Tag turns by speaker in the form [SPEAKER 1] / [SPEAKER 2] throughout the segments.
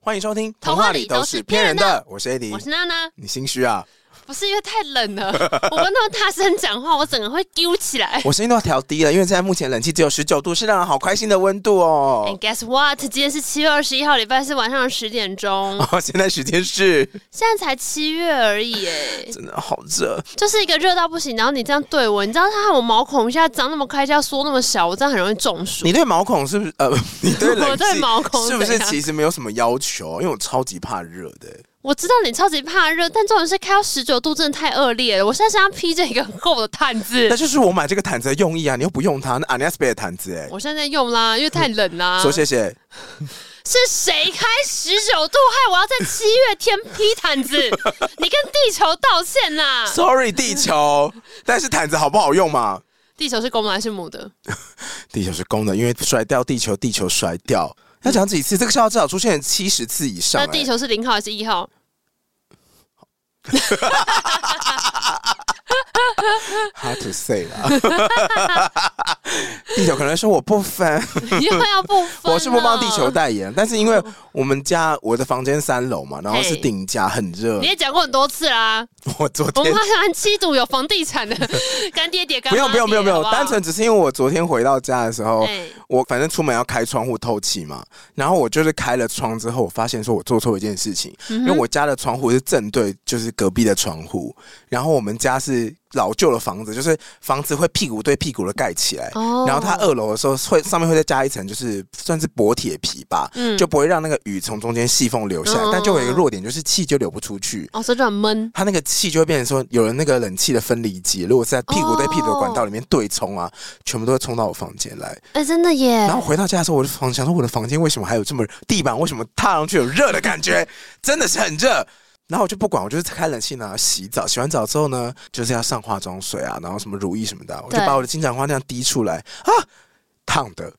[SPEAKER 1] 欢迎收听《
[SPEAKER 2] 童话里都是骗人的》，
[SPEAKER 1] 我是 AD，
[SPEAKER 2] 我是娜娜，
[SPEAKER 1] 你心虚啊？
[SPEAKER 2] 不是因为太冷了， 我跟那么大声讲话，我整个会揪起来。
[SPEAKER 1] 我声音都要调低了，因为现在目前冷气只有十九度，是让人好开心的温度哦
[SPEAKER 2] And。guess what？今天是七月二十一号，礼拜四晚上十点钟。
[SPEAKER 1] 哦，现在时间 是
[SPEAKER 2] 现在才七月而已，哎，
[SPEAKER 1] 真的好热，
[SPEAKER 2] 就是一个热到不行。然后你这样对我，你知道他害我毛孔一下长那么开，一下缩那么小，我这样很容易中暑。
[SPEAKER 1] 你对毛孔是不是？呃， 你对冷
[SPEAKER 2] 我
[SPEAKER 1] 气
[SPEAKER 2] 对毛孔
[SPEAKER 1] 是不是
[SPEAKER 2] 怎样
[SPEAKER 1] 其实没有什么要求？因为我超级怕热的。
[SPEAKER 2] 我知道你超级怕热，但重点是开到十九度真的太恶劣了。我现在身上披着一个很厚的毯子
[SPEAKER 1] 那，就是我买这个毯子的用意啊！你又不用它，那 a n e s b e 的毯子哎、
[SPEAKER 2] 我啊现在在用啦，因为太冷啦。
[SPEAKER 1] 说谢谢。
[SPEAKER 2] 是谁开十九度，害我要在七月天披 毯子？你跟地球道歉呐、
[SPEAKER 1] Sorry，地 球，但是毯子好不好用嘛？
[SPEAKER 2] 地球是公的还是母的？
[SPEAKER 1] 地球是公的，因为甩掉地球，地球甩掉。要讲几次？这个笑话至少出现七十次以上、
[SPEAKER 2] 那
[SPEAKER 1] 欸。
[SPEAKER 2] 地球是零号还是一号？
[SPEAKER 1] Hard to say 啦。 地球可能说我不分，
[SPEAKER 2] 因为要不分、啊
[SPEAKER 1] 我是不帮地球。代言，但是因为我们家我的房间三楼嘛，然后是
[SPEAKER 2] 嘿
[SPEAKER 1] 顶家，很热
[SPEAKER 2] 你。也讲过很多次啦，
[SPEAKER 1] 我昨
[SPEAKER 2] 我们
[SPEAKER 1] 天
[SPEAKER 2] 好像七组啊有房 地产的干爹爹干
[SPEAKER 1] 不
[SPEAKER 2] 妈
[SPEAKER 1] 用
[SPEAKER 2] 爹
[SPEAKER 1] 不用不用不
[SPEAKER 2] 好
[SPEAKER 1] 用，
[SPEAKER 2] 好
[SPEAKER 1] 单纯只哦是因为我昨天回到家的时候。
[SPEAKER 2] 啊哎
[SPEAKER 1] 我反正出门要开窗户透气嘛，然后我就是开了窗之后，我发现说我做错一件事情，
[SPEAKER 2] 嗯
[SPEAKER 1] 因为我家的窗户是正对就是隔壁的窗户，然后我们家是老旧的房子，就是房子会屁股对屁股的盖起来，
[SPEAKER 2] 哦
[SPEAKER 1] 然后它二楼的时候会上面会再加一层就是算是薄铁皮吧，
[SPEAKER 2] 嗯
[SPEAKER 1] 就不会让那个雨从中间细缝流下来，
[SPEAKER 2] 嗯
[SPEAKER 1] 但就有一个弱点就是气就流不出去。
[SPEAKER 2] 哦，所以就很闷。
[SPEAKER 1] 它那个气就会变成说，有了那个冷气的分离机，如果是在屁股对屁股的管道里面对冲啊，全部都会冲到我房间来。
[SPEAKER 2] 哎、真的耶！
[SPEAKER 1] 然后回到家的时候，我就房想说，我的房间为什么还有这么地板为什么踏上去有热的感觉？真的是很热。然后我就不管，我就是开冷气呢，洗澡。洗完澡之后呢，就是要上化妆水啊，然后什么乳液什么的啊，我就
[SPEAKER 2] 对
[SPEAKER 1] 把我的金盏花那样滴出来啊，烫的。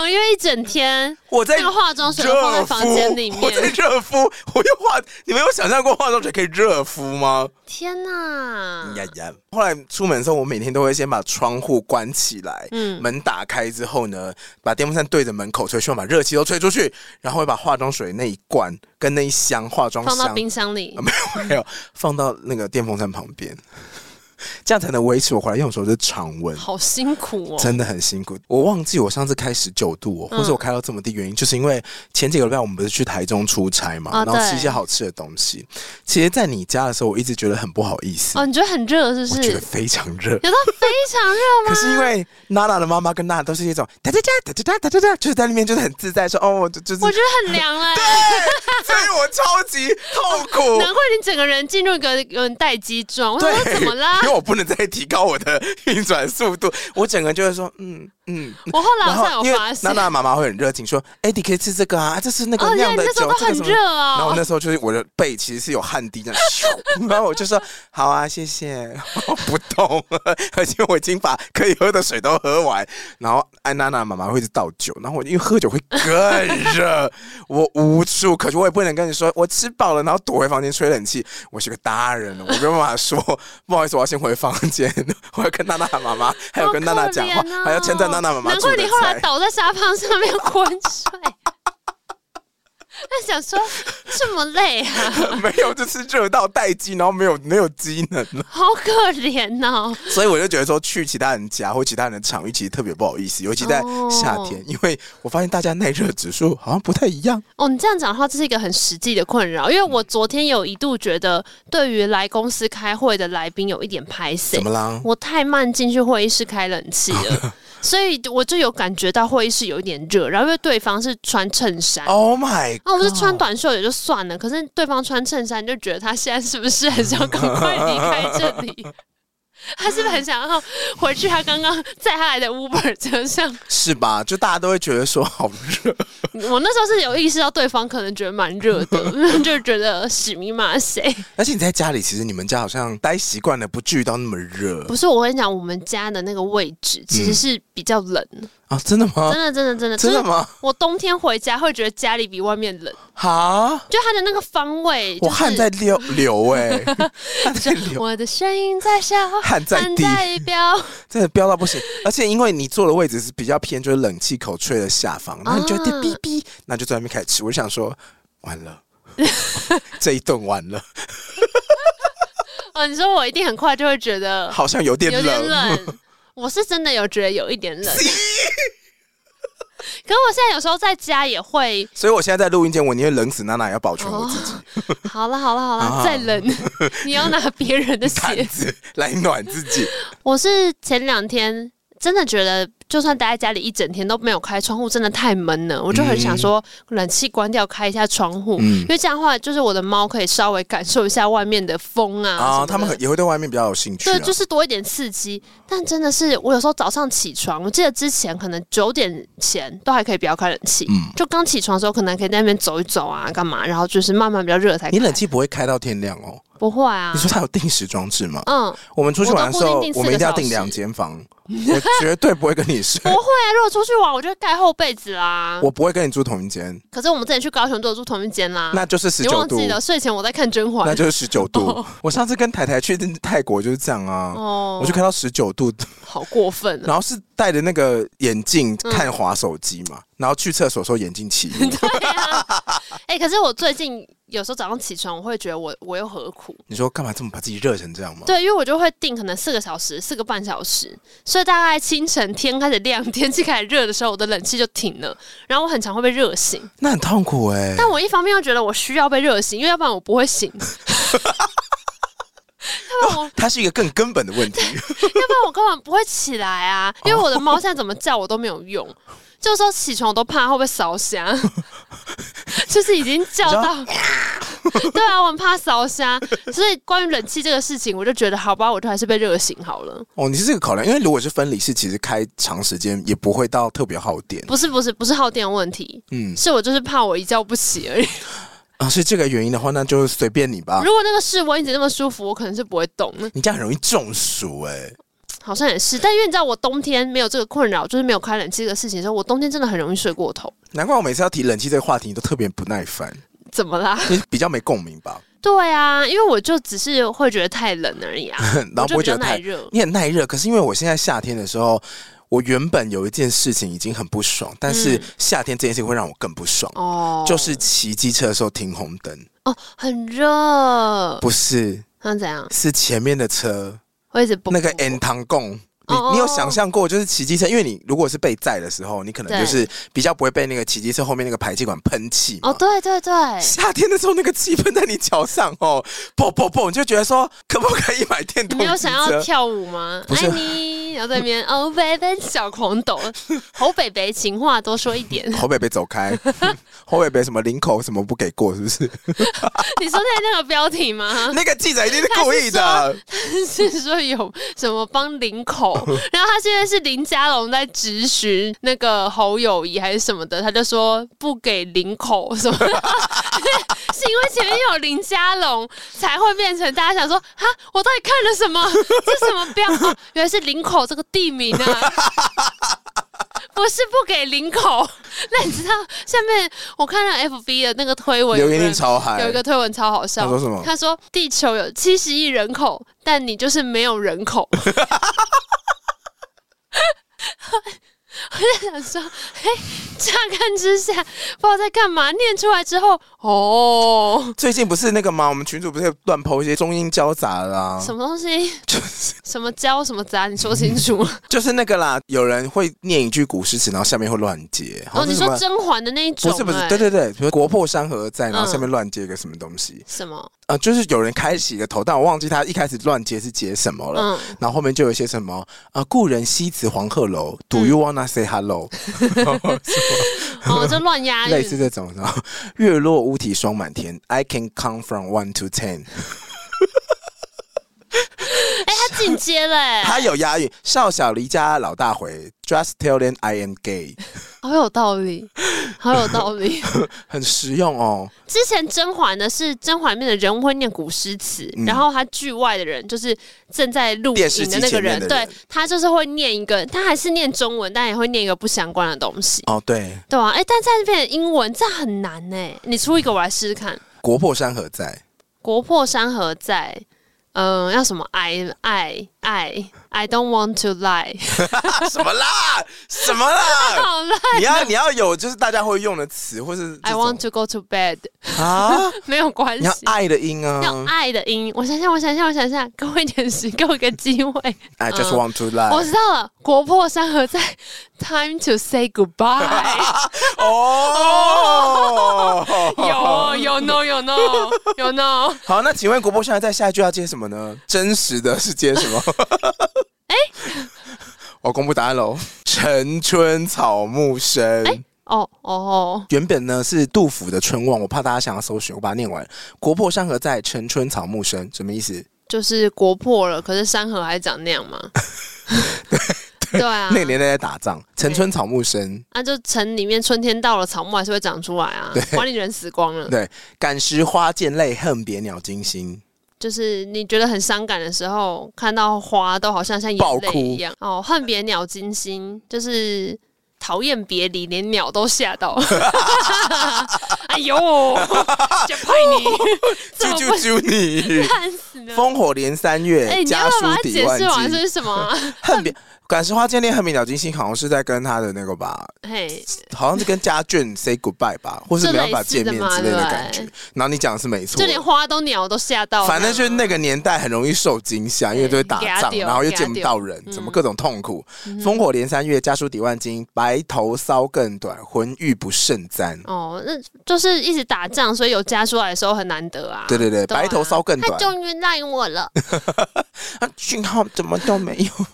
[SPEAKER 2] 哦，因为一整天
[SPEAKER 1] 我在
[SPEAKER 2] 那个化妆水都放在
[SPEAKER 1] 热敷
[SPEAKER 2] 房间里，面
[SPEAKER 1] 我在热敷，我又化，你们有想象过化妆水可以热敷吗？
[SPEAKER 2] 天哪，
[SPEAKER 1] 呀呀！后来出门的时候，我每天都会先把窗户关起来，
[SPEAKER 2] 嗯
[SPEAKER 1] 门打开之后呢，把电风扇对着门口吹，希望把热气都吹出去，然后会把化妆水那一罐跟那一箱化妆
[SPEAKER 2] 放到
[SPEAKER 1] 箱
[SPEAKER 2] 冰箱里
[SPEAKER 1] 啊，。没有没有放到那个电风扇旁边， 这样才能维持我回来用的时候是常温。
[SPEAKER 2] 好辛苦哦。
[SPEAKER 1] 真的很辛苦，我忘记我上次开十九度、
[SPEAKER 2] 嗯
[SPEAKER 1] 哦，或者我开到这么低，原因、就是因为前几个礼拜我们不是去台中出差嘛，
[SPEAKER 2] 哦
[SPEAKER 1] 然后
[SPEAKER 2] 对
[SPEAKER 1] 吃一些好吃的东西。其实，在你家的时候，我一直觉得很不好意思，
[SPEAKER 2] 哦，你觉得很热是
[SPEAKER 1] 我
[SPEAKER 2] 不是？
[SPEAKER 1] 觉得非常热。
[SPEAKER 2] 有到非常热
[SPEAKER 1] 可
[SPEAKER 2] 吗？
[SPEAKER 1] 是因为娜娜的妈妈跟娜娜都是一种哒哒哒哒哒哒哒哒，就是在那边就是很自在说哦，我就就是，
[SPEAKER 2] 我觉得很凉 哎、
[SPEAKER 1] 所以我超级痛 苦。
[SPEAKER 2] 难怪你整个人进入一个嗯有点待机状。我想说
[SPEAKER 1] 对，
[SPEAKER 2] 怎么 啦
[SPEAKER 1] 因？为我不能再提高我的运转速度，我整个就会说嗯嗯。
[SPEAKER 2] 我后来
[SPEAKER 1] 然
[SPEAKER 2] 好像
[SPEAKER 1] 后因
[SPEAKER 2] 有
[SPEAKER 1] 为
[SPEAKER 2] 发现
[SPEAKER 1] 娜，娜的妈妈会很热情说，哎，你可以吃这个啊，这是那个
[SPEAKER 2] 哦，原
[SPEAKER 1] 酿
[SPEAKER 2] 来
[SPEAKER 1] 的
[SPEAKER 2] 那时
[SPEAKER 1] 酒
[SPEAKER 2] 候，都
[SPEAKER 1] 这个
[SPEAKER 2] 很
[SPEAKER 1] 什么。
[SPEAKER 2] 热
[SPEAKER 1] 然后
[SPEAKER 2] 哦。
[SPEAKER 1] 那时候就是我的背其实是有汗滴这样，咻 然后我就说好啊，谢谢，我不动了，而且我已经把可以喝的水都喝完。然后安娜娜妈妈会一直倒酒，然后我因为喝酒会更热，我无处可去，我也不能跟你说我吃饱了，然后躲回房间吹冷气。我是个大人了，我没有办法说不好意思，我要先回房间，我要跟娜娜妈妈，还有跟娜娜讲话
[SPEAKER 2] 好可怜哦，
[SPEAKER 1] 还要称赞娜娜妈妈
[SPEAKER 2] 难
[SPEAKER 1] 煮
[SPEAKER 2] 怪
[SPEAKER 1] 的
[SPEAKER 2] 你后来
[SPEAKER 1] 菜。
[SPEAKER 2] 倒在沙发上面昏睡。他想说这么累 啊，
[SPEAKER 1] 没有，就是热到待机，然后没有没有机能了。
[SPEAKER 2] 好可怜哦。
[SPEAKER 1] 所以我就觉得说，去其他人家或其他人的场域，其实特别不好意思，尤其在夏
[SPEAKER 2] 哦
[SPEAKER 1] 天，因为我发现大家耐热指数好像不太一样。
[SPEAKER 2] 哦，你这样讲的话，这是一个很实际的困扰，因为我昨天有一度觉得，对于来公司开会的来宾有一点拍谁
[SPEAKER 1] 怎么啦？
[SPEAKER 2] 我太慢进去会议室开冷气 了，所以我就有感觉到会议室有一点热。然后因为对方是穿衬衫，哦、
[SPEAKER 1] Oh my！
[SPEAKER 2] 我是穿短袖也就算了，可是对方穿衬衫，就觉得他现在是不是很想赶快离开这里？ 他是不是很想要回去他刚刚载他来的 Uber 车上？
[SPEAKER 1] 是吧？就大家都会觉得说好热，
[SPEAKER 2] 我那时候是有意识到对方可能觉得蛮热 的，就觉得屎咪骂谁？
[SPEAKER 1] 而且你在家里，其实你们家好像待习惯了，不至于到那么热
[SPEAKER 2] 不是，我跟你讲，我们家的那个位置其实是比较冷，
[SPEAKER 1] 啊？真的吗？
[SPEAKER 2] 嗯真的，真的，真的，
[SPEAKER 1] 真
[SPEAKER 2] 就
[SPEAKER 1] 的
[SPEAKER 2] 是
[SPEAKER 1] 吗？
[SPEAKER 2] 我冬天回家会觉得家里比外面冷，
[SPEAKER 1] 哈，
[SPEAKER 2] 就它的那个方位，
[SPEAKER 1] 我
[SPEAKER 2] 就是
[SPEAKER 1] 汗在流流哎、 汗在流，
[SPEAKER 2] 我的声音在笑，
[SPEAKER 1] 汗在
[SPEAKER 2] 汗
[SPEAKER 1] 滴
[SPEAKER 2] 在飙，
[SPEAKER 1] 真的飙到不行。而且因为你坐的位置是比较偏，就是冷气口吹的下方，然后你就会
[SPEAKER 2] 啊
[SPEAKER 1] 哔哔，那就在那边开始吃。我就想说，完 了，这一顿完了，
[SPEAKER 2] 哦，你说我一定很快就会觉得
[SPEAKER 1] 好像有点
[SPEAKER 2] 有点
[SPEAKER 1] 冷。
[SPEAKER 2] 冷，我是真的有觉得有一点 冷。可我现在有时候在家也会，
[SPEAKER 1] 所以我现在在录音间，我宁愿冷死娜娜，也要保全我自己
[SPEAKER 2] 哦好了好了好
[SPEAKER 1] 啊
[SPEAKER 2] 了，再冷 你要拿别人的
[SPEAKER 1] 毯
[SPEAKER 2] 鞋。
[SPEAKER 1] 子来暖自己。
[SPEAKER 2] 我是前两天真的觉得，就算待在家里一整天都没有开窗户，真的太闷了，我就很想说冷气关掉，开一下窗户，
[SPEAKER 1] 嗯
[SPEAKER 2] 因为这样的话，就是我的猫可以稍微感受一下外面的风啊什
[SPEAKER 1] 啊，
[SPEAKER 2] 么
[SPEAKER 1] 他们
[SPEAKER 2] 的
[SPEAKER 1] 很也会对外面比较有兴趣、啊。
[SPEAKER 2] 对，就是多一点刺激。但真的是，我有时候早上起床，我记得之前可能九点前都还可以不要开冷气，
[SPEAKER 1] 嗯
[SPEAKER 2] 就刚起床的时候，可能可以在那边走一走啊，干嘛，然后就是慢慢比较热才开。
[SPEAKER 1] 你冷气不会开到天亮哦。
[SPEAKER 2] 不会啊
[SPEAKER 1] 你？说它有定时装置吗？
[SPEAKER 2] 嗯，
[SPEAKER 1] 我们出去玩的时候
[SPEAKER 2] 我都固定定，四个
[SPEAKER 1] 我们一定要订
[SPEAKER 2] 小时
[SPEAKER 1] 两间房，我绝对不会跟你睡
[SPEAKER 2] 不，会啊。如果出去玩，我就会盖厚被子啦。
[SPEAKER 1] 我不会跟你住同一间，
[SPEAKER 2] 可是我们之前去高雄都有住同一间啦。
[SPEAKER 1] 那就是十
[SPEAKER 2] 啊你
[SPEAKER 1] 九
[SPEAKER 2] 忘
[SPEAKER 1] 度
[SPEAKER 2] 记，了？睡前我在看《甄
[SPEAKER 1] 那
[SPEAKER 2] 嬛》
[SPEAKER 1] 就是十九度
[SPEAKER 2] 哦。
[SPEAKER 1] 我上次跟台台去泰国就是这样啊，
[SPEAKER 2] 哦
[SPEAKER 1] 我就看到十九度，
[SPEAKER 2] 好过分 啊！
[SPEAKER 1] 然后是戴着那个眼镜
[SPEAKER 2] 嗯
[SPEAKER 1] 看滑手机嘛，然后去厕所的时候眼镜起雾。
[SPEAKER 2] 对啊， 哎、可是我最近有时候早上起床，我会觉得我我又何苦？
[SPEAKER 1] 你说干嘛这么把自己热成这样吗？
[SPEAKER 2] 对，因为我就会定可能四个小时、四个半小时，所以大概清晨天开始亮、天气开始热的时候，我的冷气就停了，然后我很常会被热醒。
[SPEAKER 1] 那很痛苦哎。
[SPEAKER 2] 但我一方面又觉得我需要被热醒，因为要不然我不 会醒。要不然我，
[SPEAKER 1] 它是一个更根本的问题。
[SPEAKER 2] 要不然我根本不会起来啊！因为我的猫现在怎么叫我都没有用，就是说起床我都怕它会不会烧瞎， 就是已经叫到， 对啊，我很怕烧瞎，所以关于冷气这个事情，我就觉得好吧，我就还是被热醒好了。
[SPEAKER 1] 哦，你是这个考量，因为如果是分离式，其实开长时间也不会到特别耗电。
[SPEAKER 2] 不是不是不是耗电问题，
[SPEAKER 1] 嗯
[SPEAKER 2] 是我就是怕我一觉不起而已。
[SPEAKER 1] 啊，是这个原因的话，那就随便你吧。
[SPEAKER 2] 如果那个室温一直那么舒服，我可能是不会动的。
[SPEAKER 1] 你这样很容易中暑哎、
[SPEAKER 2] 好像也是，但因为你知道我冬天没有这个困扰，就是没有开冷气这个事情的时候，我冬天真的很容易睡过头。
[SPEAKER 1] 难怪我每次要提冷气这个话题，你都特别不耐烦，
[SPEAKER 2] 怎么啦？
[SPEAKER 1] 你比较没共鸣吧？
[SPEAKER 2] 对啊，因为我就只是会觉得太冷而已啊，
[SPEAKER 1] 然后不会
[SPEAKER 2] 我就比
[SPEAKER 1] 觉
[SPEAKER 2] 较
[SPEAKER 1] 得
[SPEAKER 2] 耐
[SPEAKER 1] 太……
[SPEAKER 2] 热。
[SPEAKER 1] 你很耐热，可是因为我现在夏天的时候，我原本有一件事情已经很不爽，但是
[SPEAKER 2] 嗯
[SPEAKER 1] 夏天这件事情会让我更不爽，
[SPEAKER 2] 哦，
[SPEAKER 1] 就是骑机车的时候停红灯，
[SPEAKER 2] 哦，很热，
[SPEAKER 1] 不是，
[SPEAKER 2] 那怎样？
[SPEAKER 1] 是前面的车
[SPEAKER 2] 我一直蹦
[SPEAKER 1] 那个
[SPEAKER 2] 蹦蹦
[SPEAKER 1] N 堂共。你
[SPEAKER 2] 哦
[SPEAKER 1] 你有想象过，就是骑机车，因为你如果是被载的时候，你可能
[SPEAKER 2] 对
[SPEAKER 1] 就是比较不会被那个骑机车后面那个排气管喷气嘛
[SPEAKER 2] 哦，对 对对，
[SPEAKER 1] 夏天的时候，那个气氛在你脚上哦，啵啵啵，你就觉得说，可不可以买电
[SPEAKER 2] 你
[SPEAKER 1] 动机
[SPEAKER 2] 没
[SPEAKER 1] 车？
[SPEAKER 2] 有想要跳舞吗？
[SPEAKER 1] 不是
[SPEAKER 2] 爱你，然后在那边 哦，baby 小狂抖，侯北北情话多说一点。
[SPEAKER 1] 侯北北走开，侯北北什么领口什么不给过，是不 是？
[SPEAKER 2] 你说在那个标题吗？
[SPEAKER 1] 那个记者一定是故意的，
[SPEAKER 2] 是说有什么帮领口，然后他现在是林佳龙在质询那个侯友谊还是什么的，他就说不给领口什么的，是因为前面有林佳龙才会变成大家想说哈，我到底看了什么？这什么标？哦原来是领口这个地名啊。不是不给领口， 那你知道下面我看到 FB 的那个推文，
[SPEAKER 1] 刘元令超嗨
[SPEAKER 2] 有一，个推文超好笑，
[SPEAKER 1] 他说什么
[SPEAKER 2] 他说地球有七十亿人口，但你就是没有人口。 我在想说，哎、乍看之下不知道在干嘛，念出来之后，哦，
[SPEAKER 1] 最近不是那个吗？我们群主不是乱抛一些中英交杂啦、
[SPEAKER 2] 什么东西， 什么交什么杂，你说清楚。
[SPEAKER 1] 就是那个啦，有人会念一句古诗词，然后下面会乱接， 好
[SPEAKER 2] 哦，
[SPEAKER 1] 像
[SPEAKER 2] 你
[SPEAKER 1] 是什
[SPEAKER 2] 说
[SPEAKER 1] 么？
[SPEAKER 2] 甄嬛的那一种、
[SPEAKER 1] 不是不是
[SPEAKER 2] 哎，
[SPEAKER 1] 对对对，比如“国破山河在”，然后
[SPEAKER 2] 嗯
[SPEAKER 1] 下面乱接一个什么东西，
[SPEAKER 2] 什么？
[SPEAKER 1] 啊，就是有人开启一个头，但我忘记他一开始乱接是接什么了。
[SPEAKER 2] 嗯，
[SPEAKER 1] 然后后面就有一些什么啊，故人西辞黄鹤楼，Do
[SPEAKER 2] 嗯
[SPEAKER 1] you wanna say hello？、
[SPEAKER 2] 哦，就乱押
[SPEAKER 1] 类似
[SPEAKER 2] 韵。
[SPEAKER 1] 这种，然后月落乌啼霜满天，I can count from one to ten。
[SPEAKER 2] 哎、他进阶哎嘞、
[SPEAKER 1] 它有押韵，少小离家老大回，Just tell them I am gay。
[SPEAKER 2] 好有道理。好有道理。
[SPEAKER 1] 很实用哦。
[SPEAKER 2] 之前甄嬛呢是甄嬛里面的人物会念古诗词，
[SPEAKER 1] 嗯
[SPEAKER 2] 然后他剧外的人就是正在录
[SPEAKER 1] 电视
[SPEAKER 2] 影
[SPEAKER 1] 机
[SPEAKER 2] 的那个
[SPEAKER 1] 前面
[SPEAKER 2] 人，
[SPEAKER 1] 的人
[SPEAKER 2] 对他就是会念一个，他还是念中文，但也会念一个不相关的东西，
[SPEAKER 1] 哦，对，
[SPEAKER 2] 对啊，哎、但在那边的英文这很难呢、你出一个我来试试看，《
[SPEAKER 1] 国破山河在，
[SPEAKER 2] 国破山河在》。嗯，要什么？I I I I don't want to lie。
[SPEAKER 1] 啊什么啦？ 什么 啦？
[SPEAKER 2] 好了
[SPEAKER 1] 你要你要有就是大家会用的词，或是这
[SPEAKER 2] ，I
[SPEAKER 1] 种
[SPEAKER 2] want to go to bed。
[SPEAKER 1] 啊，
[SPEAKER 2] 没有关
[SPEAKER 1] 你要
[SPEAKER 2] 系，
[SPEAKER 1] 爱的音
[SPEAKER 2] 要
[SPEAKER 1] 啊。
[SPEAKER 2] 爱的音。我想想，我想想，我想想，给我一点时，给我一个机会。
[SPEAKER 1] I just
[SPEAKER 2] 嗯
[SPEAKER 1] want to lie。
[SPEAKER 2] 我知道了，国破山河在，Time to say goodbye。
[SPEAKER 1] 哦，
[SPEAKER 2] 有有 no 有 no 有哦 no。
[SPEAKER 1] 好，那请问国博现在在下一句要接什么呢？真实的是接 什么？
[SPEAKER 2] 哎
[SPEAKER 1] 我公布答案喽，晨春草木深。
[SPEAKER 2] 哦哦哦，
[SPEAKER 1] 原本呢是杜甫的《春望》，我怕大家想要搜寻，我把它念完。国破山河在，晨春草木深，什么意思？
[SPEAKER 2] 就是国破了，可是山河还长那样吗？ 对啊，
[SPEAKER 1] 那个年代在打仗，晨春草木深。
[SPEAKER 2] 那、就城里面春天到了，草木还是会长出来啊，管理人死光了。
[SPEAKER 1] 对，感时花溅泪，恨别鸟惊心。
[SPEAKER 2] 就是你觉得很伤感的时候，看到花都好像像
[SPEAKER 1] 爆
[SPEAKER 2] 眼泪
[SPEAKER 1] 哭
[SPEAKER 2] 一样。哦，恨别鸟惊心，就是讨厌别离，连鸟都吓到。 哎呦，就派 你 怎
[SPEAKER 1] 啾
[SPEAKER 2] 么
[SPEAKER 1] 啾
[SPEAKER 2] 不
[SPEAKER 1] 啾你，
[SPEAKER 2] 看死 呢？
[SPEAKER 1] 烽火连三
[SPEAKER 2] 哎、
[SPEAKER 1] 月，
[SPEAKER 2] 你要
[SPEAKER 1] 家
[SPEAKER 2] 不要
[SPEAKER 1] 书
[SPEAKER 2] 把它
[SPEAKER 1] 抵
[SPEAKER 2] 解释完
[SPEAKER 1] 万
[SPEAKER 2] 这
[SPEAKER 1] 金。
[SPEAKER 2] 是什么 啊、
[SPEAKER 1] 恨别感时花溅泪，恨别鸟惊心，好像是在跟他的那个吧，
[SPEAKER 2] 嘿，
[SPEAKER 1] 好像是跟家眷 say goodbye 吧，或是
[SPEAKER 2] 这
[SPEAKER 1] 没
[SPEAKER 2] 类
[SPEAKER 1] 办法见面之类的感
[SPEAKER 2] 似的嘛对
[SPEAKER 1] 觉。然后你讲的是没错
[SPEAKER 2] 就，连啊花都鸟都吓到了。
[SPEAKER 1] 反正就是那个年代很容易受惊吓，因为都会打
[SPEAKER 2] 吓
[SPEAKER 1] 仗，
[SPEAKER 2] 到
[SPEAKER 1] 然后又见不到人，
[SPEAKER 2] 吓到
[SPEAKER 1] 怎么
[SPEAKER 2] 嗯
[SPEAKER 1] 各种痛苦。烽火连三月，家书抵万金，白头搔更短，浑欲不胜簪。
[SPEAKER 2] 哦，那就是一直打仗，所以有加出来的时候很难得啊。
[SPEAKER 1] 对对对，
[SPEAKER 2] 对啊
[SPEAKER 1] 白头搔更
[SPEAKER 2] 他
[SPEAKER 1] 短，
[SPEAKER 2] 终于赖我了，
[SPEAKER 1] 啊讯号怎么都没有。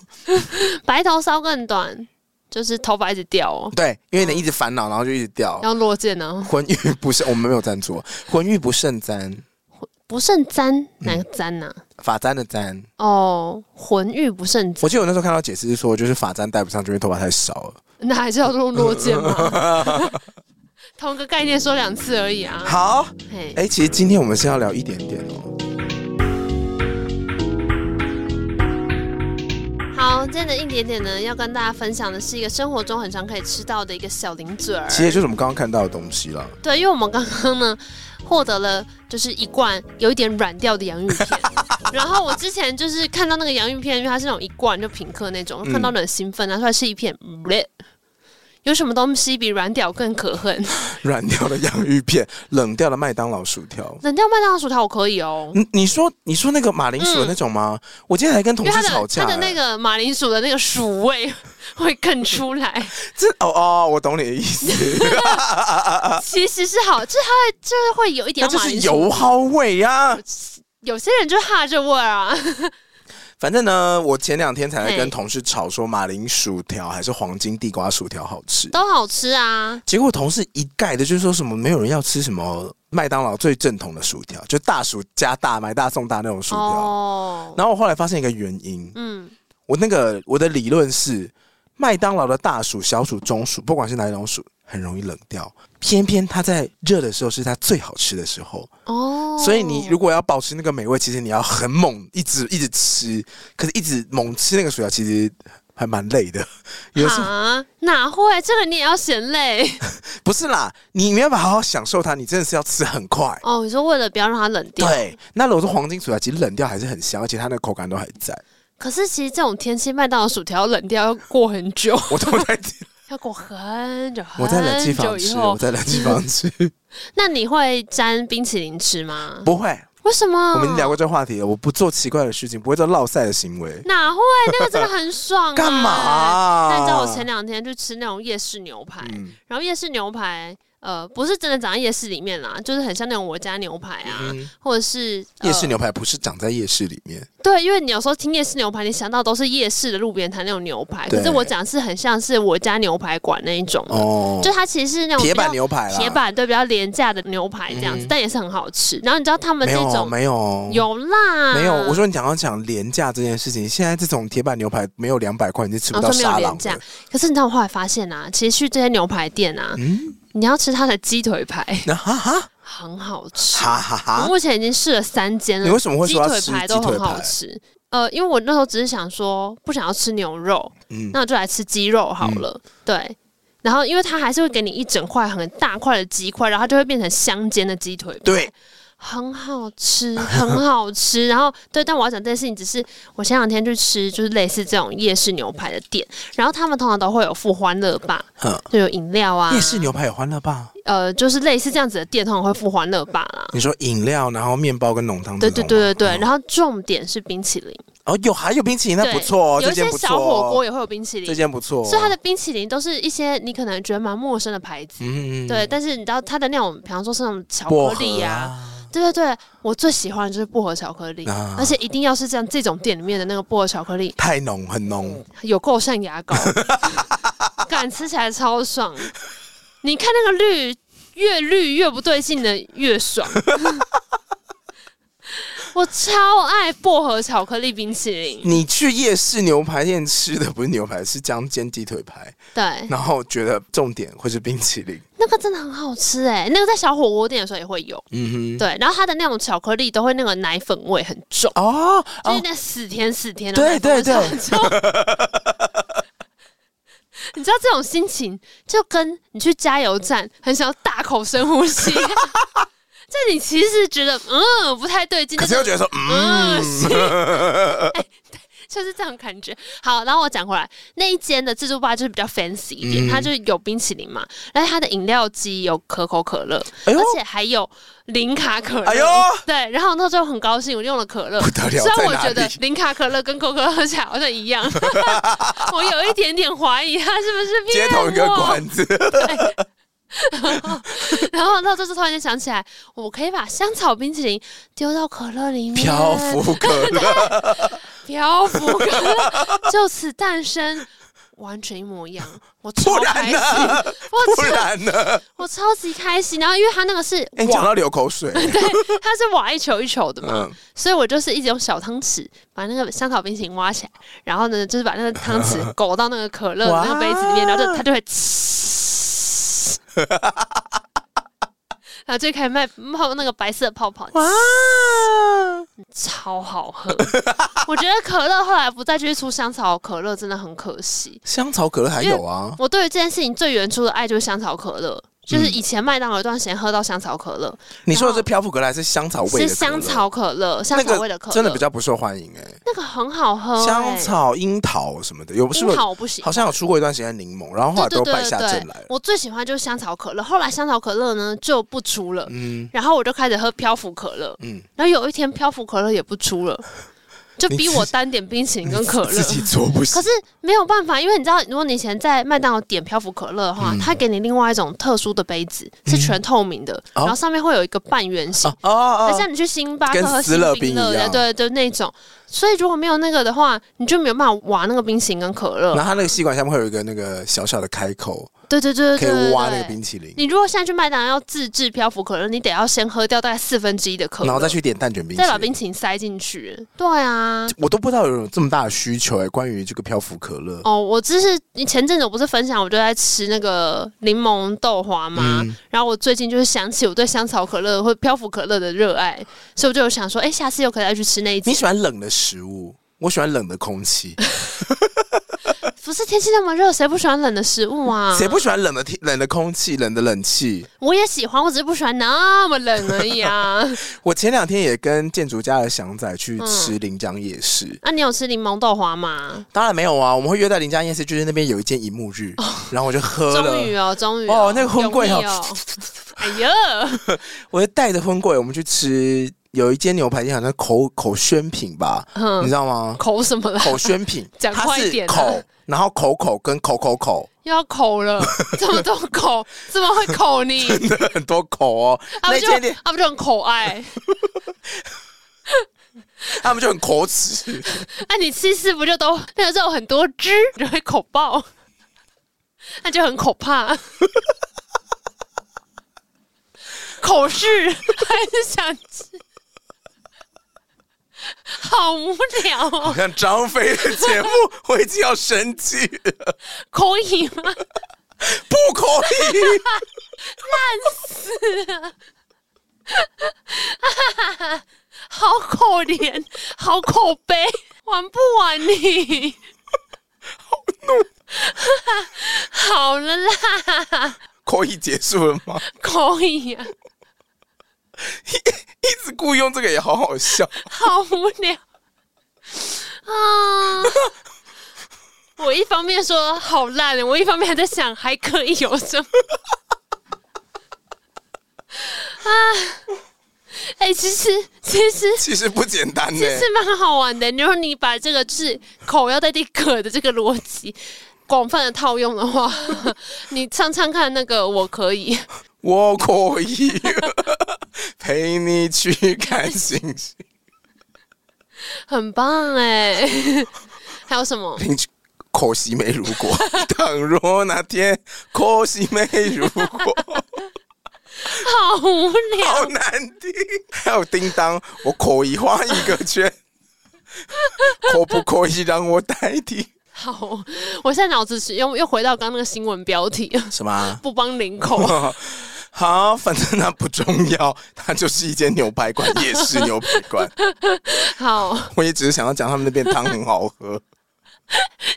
[SPEAKER 2] 白头搔更短，就是头发一直掉哦。
[SPEAKER 1] 对，因为你一直烦恼，然后就一直掉。
[SPEAKER 2] 要落剑啊呢、
[SPEAKER 1] 浑欲不胜，我们没有赞助。浑欲不胜簪，
[SPEAKER 2] 不胜簪，哪个簪呐、
[SPEAKER 1] 发簪的簪。
[SPEAKER 2] 哦，浑欲不胜簪，
[SPEAKER 1] 我记得我那时候看到解释是说，就是发簪戴不上去，因为头发太少了。
[SPEAKER 2] 那还是要用落剑吗？ 同个概念说两次而已啊。
[SPEAKER 1] 好，
[SPEAKER 2] 嘿，
[SPEAKER 1] 哎、其实今天我们是要聊一点点哦。
[SPEAKER 2] 好，今天的硬点点呢，要跟大家分享的是一个生活中很常可以吃到的一个小零嘴儿。
[SPEAKER 1] 其实就是我们刚刚看到的东西了。
[SPEAKER 2] 对，因为我们刚刚呢获得了就是一罐有一点软掉的洋芋片， 然后我之前就是看到那个洋芋片，因为它是那种一罐就品客那种，
[SPEAKER 1] 嗯
[SPEAKER 2] 看到了很兴奋，拿出来吃一片，有什么东西比软屌更可恨？
[SPEAKER 1] 软掉的洋芋片，冷掉的麦当劳薯条。
[SPEAKER 2] 冷掉麦当劳薯条我可以哦，
[SPEAKER 1] 你你说你说那个马铃薯的那种吗？我今天还跟同
[SPEAKER 2] 嗯因为
[SPEAKER 1] 事
[SPEAKER 2] 它
[SPEAKER 1] 吵
[SPEAKER 2] 的
[SPEAKER 1] 架、
[SPEAKER 2] 它的那
[SPEAKER 1] 哎
[SPEAKER 2] 个马铃薯的那个薯味会更出 来，
[SPEAKER 1] 这哦哦，我懂你的意 思，
[SPEAKER 2] 其实是好，就是它会啊就是会有一点
[SPEAKER 1] 那就
[SPEAKER 2] 马
[SPEAKER 1] 是
[SPEAKER 2] 铃
[SPEAKER 1] 油
[SPEAKER 2] 薯。
[SPEAKER 1] 蒿味啊。
[SPEAKER 2] 有些人就哈这味儿啊，
[SPEAKER 1] 反正呢，我前两天才跟
[SPEAKER 2] 嘿
[SPEAKER 1] 同事吵说马铃薯条还是黄金地瓜薯条好吃，
[SPEAKER 2] 都好吃啊。
[SPEAKER 1] 结果同事一概的就说什么没有人要吃什么麦当劳最正统的薯条，就大薯加大买大送大那种薯条。
[SPEAKER 2] 哦，
[SPEAKER 1] 然后我后来发现一个原因，
[SPEAKER 2] 嗯，
[SPEAKER 1] 我那个我的理论是，麦当劳的大薯、小薯、中薯，不管是哪一种薯，很容易冷掉。偏偏它在热的时候是它最好吃的时候，
[SPEAKER 2] 哦，
[SPEAKER 1] 所以你如果要保持那个美味，其实你要很猛，一直一直吃，可是一直猛吃那个薯条，其实还蛮累的。有时候
[SPEAKER 2] 啊，哪会？这个你也要嫌累
[SPEAKER 1] 不是啦，你没有办法好好享受它，你真的是要吃很快。
[SPEAKER 2] 哦。你说为了不要让它冷掉，
[SPEAKER 1] 对，那如果是黄金薯条，其实冷掉还是很香，而且它那个口感都还在。
[SPEAKER 2] 可是其实这种天气，麦当劳薯条冷掉要过很久，
[SPEAKER 1] 我都在，
[SPEAKER 2] 要过很久
[SPEAKER 1] 我在冷气
[SPEAKER 2] 很久
[SPEAKER 1] 房
[SPEAKER 2] 以
[SPEAKER 1] 吃，
[SPEAKER 2] 后
[SPEAKER 1] 我。在冷气房 吃，
[SPEAKER 2] 那你会沾冰淇淋吃吗？
[SPEAKER 1] 不会，
[SPEAKER 2] 为什么？
[SPEAKER 1] 我们已经聊过这个话题了，我不做奇怪的事情，不会做落赛的行为。
[SPEAKER 2] 哪会？那个真的很爽、啊。
[SPEAKER 1] 干嘛、
[SPEAKER 2] 那你知道我前两天去吃那种夜市牛排，
[SPEAKER 1] 嗯
[SPEAKER 2] 然后夜市牛排。呃，不是真的长在夜市里面啦，就是很像那种我家牛排啊，
[SPEAKER 1] 嗯
[SPEAKER 2] 或者是、呃
[SPEAKER 1] 夜市牛排不是长在夜市里面，
[SPEAKER 2] 对，因为你有时候听夜市牛排，你想到都是夜市的路边摊那种牛排，可是
[SPEAKER 1] 对
[SPEAKER 2] 我讲的是很像是我家牛排馆那一种，
[SPEAKER 1] 哦，
[SPEAKER 2] 嗯就它其实是那种
[SPEAKER 1] 铁板
[SPEAKER 2] 比较
[SPEAKER 1] 牛排啦，
[SPEAKER 2] 铁板对比较廉价的牛排这样子，
[SPEAKER 1] 嗯
[SPEAKER 2] 但也是很好吃。然后你知道他们
[SPEAKER 1] 没
[SPEAKER 2] 这
[SPEAKER 1] 有
[SPEAKER 2] 种
[SPEAKER 1] 没有
[SPEAKER 2] 有啊啦，
[SPEAKER 1] 没有，我说你讲要讲廉价这件事情，现在这种铁板牛排没有两百块你是吃不
[SPEAKER 2] 哦
[SPEAKER 1] 到
[SPEAKER 2] 说没有
[SPEAKER 1] 沙
[SPEAKER 2] 廉
[SPEAKER 1] 朗
[SPEAKER 2] 价
[SPEAKER 1] 的。
[SPEAKER 2] 可是你知道我后来发现啊，其实去这些牛排店啊，
[SPEAKER 1] 嗯，
[SPEAKER 2] 你要吃它的鸡腿排，
[SPEAKER 1] 那哈哈
[SPEAKER 2] 很好吃。
[SPEAKER 1] 哈哈
[SPEAKER 2] 我
[SPEAKER 1] 哈！
[SPEAKER 2] 目前已经试了三间
[SPEAKER 1] 啊你
[SPEAKER 2] 了
[SPEAKER 1] 为，什么会
[SPEAKER 2] 鸡
[SPEAKER 1] 说要
[SPEAKER 2] 腿
[SPEAKER 1] 吃
[SPEAKER 2] 排
[SPEAKER 1] 鸡
[SPEAKER 2] 都
[SPEAKER 1] 腿
[SPEAKER 2] 很好
[SPEAKER 1] 排？
[SPEAKER 2] 吃。呃，因为我那时候只是想说不想要吃牛肉，
[SPEAKER 1] 嗯，
[SPEAKER 2] 那我就来吃鸡肉好了。对，然后因为它还是会给你一整块很大块的鸡块，然后它就会变成香煎的鸡腿，
[SPEAKER 1] 对，
[SPEAKER 2] 很好吃， 很好吃。然后对，但我要讲这件事情，只是我前两天去吃就是类似这种夜市牛排的店，然后他们通常都会有附欢乐吧
[SPEAKER 1] 哼，
[SPEAKER 2] 就有饮料啊
[SPEAKER 1] 嗯夜，市牛排有欢乐吧？
[SPEAKER 2] 呃，就是类似这样子的店，通常会附欢乐吧啦。
[SPEAKER 1] 你说饮料，然后面包跟浓汤这
[SPEAKER 2] 对
[SPEAKER 1] 种
[SPEAKER 2] 对
[SPEAKER 1] 吗，
[SPEAKER 2] 对对对，然后重点是冰淇淋，
[SPEAKER 1] 哦，有还有冰淇淋，嗯那
[SPEAKER 2] 对
[SPEAKER 1] 不错哦，
[SPEAKER 2] 有
[SPEAKER 1] 这
[SPEAKER 2] 一
[SPEAKER 1] 间
[SPEAKER 2] 些
[SPEAKER 1] 不错
[SPEAKER 2] 小火
[SPEAKER 1] 哦，
[SPEAKER 2] 锅也会有冰淇
[SPEAKER 1] 这
[SPEAKER 2] 淋，
[SPEAKER 1] 间不错哦，
[SPEAKER 2] 所以它的冰淇淋都是一些你可能觉得蛮陌生的牌子，
[SPEAKER 1] 嗯嗯嗯
[SPEAKER 2] 对。但是你知道它的那种，比方说是那种巧
[SPEAKER 1] 薄
[SPEAKER 2] 克
[SPEAKER 1] 荷
[SPEAKER 2] 力呀、
[SPEAKER 1] 啊，
[SPEAKER 2] 对对对，我最喜欢的就是薄荷巧克力，
[SPEAKER 1] 啊
[SPEAKER 2] 而且一定要是这样这种店里面的那个薄荷巧克力，
[SPEAKER 1] 太浓很浓，
[SPEAKER 2] 有够像 牙膏，感吃起来超爽。你看那个绿，越绿越不对劲的 越爽。我超爱薄荷巧克力冰淇淋，
[SPEAKER 1] 你去夜市牛排店吃的不是牛排，是姜煎鸡腿排，
[SPEAKER 2] 对，
[SPEAKER 1] 然后觉得重点会是冰淇淋。
[SPEAKER 2] 那个真的很好吃哎、那个在小火锅店的时候也会有，
[SPEAKER 1] 嗯哼，
[SPEAKER 2] 对，然后它的那种巧克力都会那个奶粉味很重，
[SPEAKER 1] 哦
[SPEAKER 2] 就是
[SPEAKER 1] 哦，
[SPEAKER 2] 那死甜死甜的
[SPEAKER 1] 对
[SPEAKER 2] 奶粉味
[SPEAKER 1] 对
[SPEAKER 2] 就很重。 你知道这种心情，就跟你去加油站很想要大口深呼吸， 这你其实觉得嗯不太对劲，
[SPEAKER 1] 可
[SPEAKER 2] 但
[SPEAKER 1] 是又觉得说，
[SPEAKER 2] 嗯，
[SPEAKER 1] 嗯，
[SPEAKER 2] 是，哎就是这种感觉。好，然后我讲回来，那一间的自助吧就是比较 fancy 一
[SPEAKER 1] 嗯
[SPEAKER 2] 点，它就是有冰淇淋嘛，然后它的饮料机有可口可乐，
[SPEAKER 1] 哎呦
[SPEAKER 2] 而，且还有零卡可乐。
[SPEAKER 1] 哎呦
[SPEAKER 2] 对，然后那时候很高兴，我用了可乐。
[SPEAKER 1] 不得了
[SPEAKER 2] 虽
[SPEAKER 1] 在
[SPEAKER 2] 然我
[SPEAKER 1] 哪
[SPEAKER 2] 觉得
[SPEAKER 1] 里
[SPEAKER 2] 零卡可乐跟可口可乐喝起来好像一样， 我有一点点怀疑它是不是
[SPEAKER 1] 接
[SPEAKER 2] 骗
[SPEAKER 1] 同一个
[SPEAKER 2] 我
[SPEAKER 1] 馆子，
[SPEAKER 2] 嗯然后那时候突然间想起来，我可以把香草冰淇淋丢到可乐里面，
[SPEAKER 1] 漂浮可乐，
[SPEAKER 2] 漂浮可乐 就此诞生，完全一模一样，我超
[SPEAKER 1] 不然
[SPEAKER 2] 开心，
[SPEAKER 1] 呢
[SPEAKER 2] 我
[SPEAKER 1] 不
[SPEAKER 2] 超
[SPEAKER 1] 然呢？
[SPEAKER 2] 我超级开心。然后因为它那个是
[SPEAKER 1] 哎你讲
[SPEAKER 2] 瓦，
[SPEAKER 1] 到流口水，
[SPEAKER 2] 它是瓦一球一球的嘛，
[SPEAKER 1] 嗯，
[SPEAKER 2] 所以我就是一直用小汤匙把那个香草冰淇淋挖起来，然后呢，就是把那个汤匙勾到那个可乐的那个杯子里面，
[SPEAKER 1] 哇
[SPEAKER 2] 然后就它就会呲。 然后就开始卖冒那个白色泡泡，
[SPEAKER 1] 哇，嗯
[SPEAKER 2] 超好喝。我觉得可乐后来不再去出香草可乐，真的很可惜。
[SPEAKER 1] 香草可乐还有啊，
[SPEAKER 2] 我对于这件事情最原初的爱就是香草可乐，就是
[SPEAKER 1] 嗯
[SPEAKER 2] 以前麦当劳有一段时间喝到香草可乐，
[SPEAKER 1] 你说的是漂浮可乐还是香草味的可
[SPEAKER 2] 是
[SPEAKER 1] 乐？
[SPEAKER 2] 香草可乐，香
[SPEAKER 1] 那
[SPEAKER 2] 草
[SPEAKER 1] 个
[SPEAKER 2] 味的可乐，
[SPEAKER 1] 真的比较不受欢迎哎，
[SPEAKER 2] 那个很好喝、
[SPEAKER 1] 香草、樱桃什么的，有
[SPEAKER 2] 哎
[SPEAKER 1] 是不
[SPEAKER 2] 樱
[SPEAKER 1] 是？
[SPEAKER 2] 桃我不行，
[SPEAKER 1] 好像有出过一段时间柠檬，然后后
[SPEAKER 2] 对
[SPEAKER 1] 来
[SPEAKER 2] 对
[SPEAKER 1] 都
[SPEAKER 2] 对
[SPEAKER 1] 败
[SPEAKER 2] 对
[SPEAKER 1] 下阵来
[SPEAKER 2] 对
[SPEAKER 1] 了，。
[SPEAKER 2] 我最喜欢就是香草可乐，后来香草可乐呢就不出了。
[SPEAKER 1] 嗯
[SPEAKER 2] 然后我就开始喝漂浮可乐，
[SPEAKER 1] 嗯，
[SPEAKER 2] 然后有一天漂浮可乐也不出了，就
[SPEAKER 1] 你
[SPEAKER 2] 逼
[SPEAKER 1] 自
[SPEAKER 2] 我单点冰淇淋 跟可乐。
[SPEAKER 1] 自己做不行
[SPEAKER 2] 可。是没有办法，因为你知道，如果你以前在麦当劳点漂浮可乐的话，
[SPEAKER 1] 嗯
[SPEAKER 2] 它给你另外一种特殊的杯子，是全透明的，
[SPEAKER 1] 哦
[SPEAKER 2] 然后上面会有一个半圆形。
[SPEAKER 1] 哦哦
[SPEAKER 2] 那
[SPEAKER 1] 哦
[SPEAKER 2] 像你去星巴克
[SPEAKER 1] 跟
[SPEAKER 2] 喝
[SPEAKER 1] 斯
[SPEAKER 2] 星
[SPEAKER 1] 乐
[SPEAKER 2] 冰
[SPEAKER 1] 冰
[SPEAKER 2] 乐
[SPEAKER 1] 一
[SPEAKER 2] 的，
[SPEAKER 1] 样
[SPEAKER 2] 对对那种。所以如果没有那个的话，你就没有办法挖那个冰淇淋跟可乐
[SPEAKER 1] 然后。它那个吸管下面会有一个那个小小的开口，
[SPEAKER 2] 对对对
[SPEAKER 1] 可
[SPEAKER 2] 对对对
[SPEAKER 1] 以挖那个
[SPEAKER 2] 对
[SPEAKER 1] 冰淇淋，
[SPEAKER 2] 你如果现在去麦当劳要自制漂浮可乐，你得要先喝掉大概四分之一的可乐，
[SPEAKER 1] 然后再去点蛋卷冰淇
[SPEAKER 2] 再把冰
[SPEAKER 1] 淋。
[SPEAKER 2] 淇淋塞进去。对啊，
[SPEAKER 1] 我都不知道有这么大的需求哎，关于这个漂浮可乐。
[SPEAKER 2] 哦，我只是你前阵子我不是分享我就在吃那个柠檬豆花吗？
[SPEAKER 1] 嗯
[SPEAKER 2] 然后我最近就是想起我对香草可乐或漂浮可乐的热爱，所以我就有想说，哎、下次又可以再去吃那一
[SPEAKER 1] 你
[SPEAKER 2] 集。
[SPEAKER 1] 喜欢冷的食物，我喜欢冷的空气。
[SPEAKER 2] 不是天气那么热，谁不喜欢冷的食物啊？
[SPEAKER 1] 谁不喜欢冷的天、冷的空气、冷的冷气？
[SPEAKER 2] 我也喜欢，我只是不喜欢那么冷而已啊。
[SPEAKER 1] 我前两天也跟建筑家的祥仔去
[SPEAKER 2] 嗯
[SPEAKER 1] 吃临江夜市，
[SPEAKER 2] 那、啊你有吃柠檬豆花吗？
[SPEAKER 1] 当然没有啊，我们会约在临江夜市，就是那边有一间银幕日，然后我就喝
[SPEAKER 2] 哦终于
[SPEAKER 1] 了，
[SPEAKER 2] 哦，终于
[SPEAKER 1] 哦那个荤贵哦
[SPEAKER 2] 油腻哎呀，
[SPEAKER 1] 我就带着婚柜，我们去吃有一间牛排店，好像口口宣品吧，你
[SPEAKER 2] 嗯
[SPEAKER 1] 知，道 吗？
[SPEAKER 2] 口什么了？
[SPEAKER 1] 口宣品，
[SPEAKER 2] 讲
[SPEAKER 1] 它
[SPEAKER 2] 快一
[SPEAKER 1] 是
[SPEAKER 2] 点啊
[SPEAKER 1] 口，然后口口跟口口口，
[SPEAKER 2] 又要口了，这么多口，怎么会 口你？
[SPEAKER 1] 很多口哦。那
[SPEAKER 2] 啊不就
[SPEAKER 1] 间店
[SPEAKER 2] 啊不就很口爱？
[SPEAKER 1] 他们就很口齿，
[SPEAKER 2] 啊，你吃一次不就都 那个肉很多汁，就会口爆， 那就很口怕。 口试还是想吃， 好无聊
[SPEAKER 1] 好
[SPEAKER 2] 哦，
[SPEAKER 1] 像张飞的节目，我已经要 生气了，
[SPEAKER 2] 口以吗？
[SPEAKER 1] 不可以。
[SPEAKER 2] 好可怜，好口碑，玩不玩你？ 好怒，好了啦，
[SPEAKER 1] 口译结束了吗？
[SPEAKER 2] 可以啊，
[SPEAKER 1] 一直雇佣这个也好好笑。
[SPEAKER 2] 好无聊啊！我一方面说好烂，我一方面还在想还可以有什么啊？哎、其实其实
[SPEAKER 1] 其实不简单呢、
[SPEAKER 2] 其实蛮好玩的。如果你把这个就是口要代替渴的这个逻辑广泛的套用的话， 你唱唱看那个我可以，
[SPEAKER 1] 我可以 陪你去看星星。
[SPEAKER 2] 很棒哎。还有什么？
[SPEAKER 1] 邻居可惜没如果， 倘若那天可惜没如果，
[SPEAKER 2] 好无聊，
[SPEAKER 1] 好难听。还有叮当，我可以画一个圈， 可不可以让我代替？
[SPEAKER 2] 好。 我现在脑子是又又回到刚刚那个新闻标题，
[SPEAKER 1] 什么啊？
[SPEAKER 2] 不帮领口。
[SPEAKER 1] 好，反正那不重要，它就是一间牛排馆，夜市牛排馆。
[SPEAKER 2] 好，
[SPEAKER 1] 我也只是想要讲他们那边汤很好喝。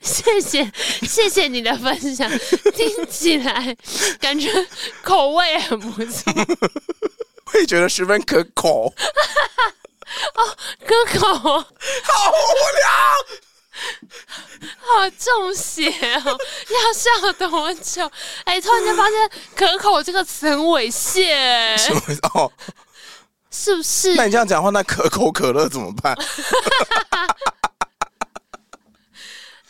[SPEAKER 2] 谢谢谢谢你的分享，听起来感觉口味很不错，
[SPEAKER 1] 会觉得十分可口，
[SPEAKER 2] 可口。
[SPEAKER 1] 好无
[SPEAKER 2] 好中邪哦！ 要笑多久？哎、突然间发现“可口”这个词很猥亵、
[SPEAKER 1] 聊。什么？哦，
[SPEAKER 2] 是不是？
[SPEAKER 1] 那你这样讲话，那可口可乐怎么办？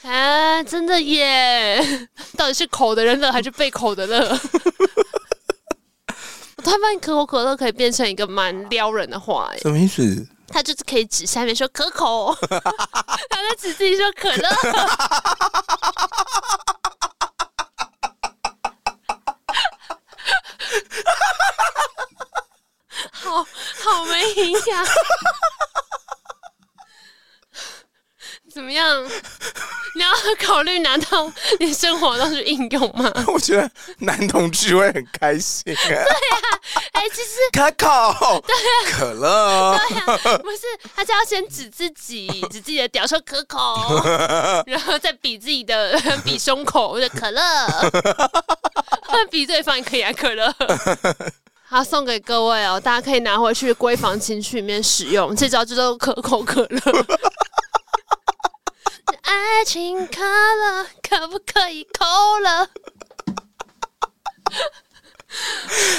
[SPEAKER 2] 啊，真的耶！ 到底是口的人乐，还是被口的乐？ 我突然发现可口可乐可以变成一个蛮撩人的话，哎，
[SPEAKER 1] 什么意思？
[SPEAKER 2] 他就是可以指下面说可 口，他在指自己说可乐。 好好没营养，怎么样？你要考虑拿到你生活当中应用吗？
[SPEAKER 1] 我觉得男同志会很开心。
[SPEAKER 2] 哎、其实
[SPEAKER 1] 可口，可乐，
[SPEAKER 2] 不是，他是要先指自己，指自己的屌说可口，然后再比自己的比胸口或者可乐， 比对方也可以啊，可乐。好，送给各位哦，大家可以拿回去闺房情趣里面使用，这招叫做可口可乐。爱情可乐可不可以扣了？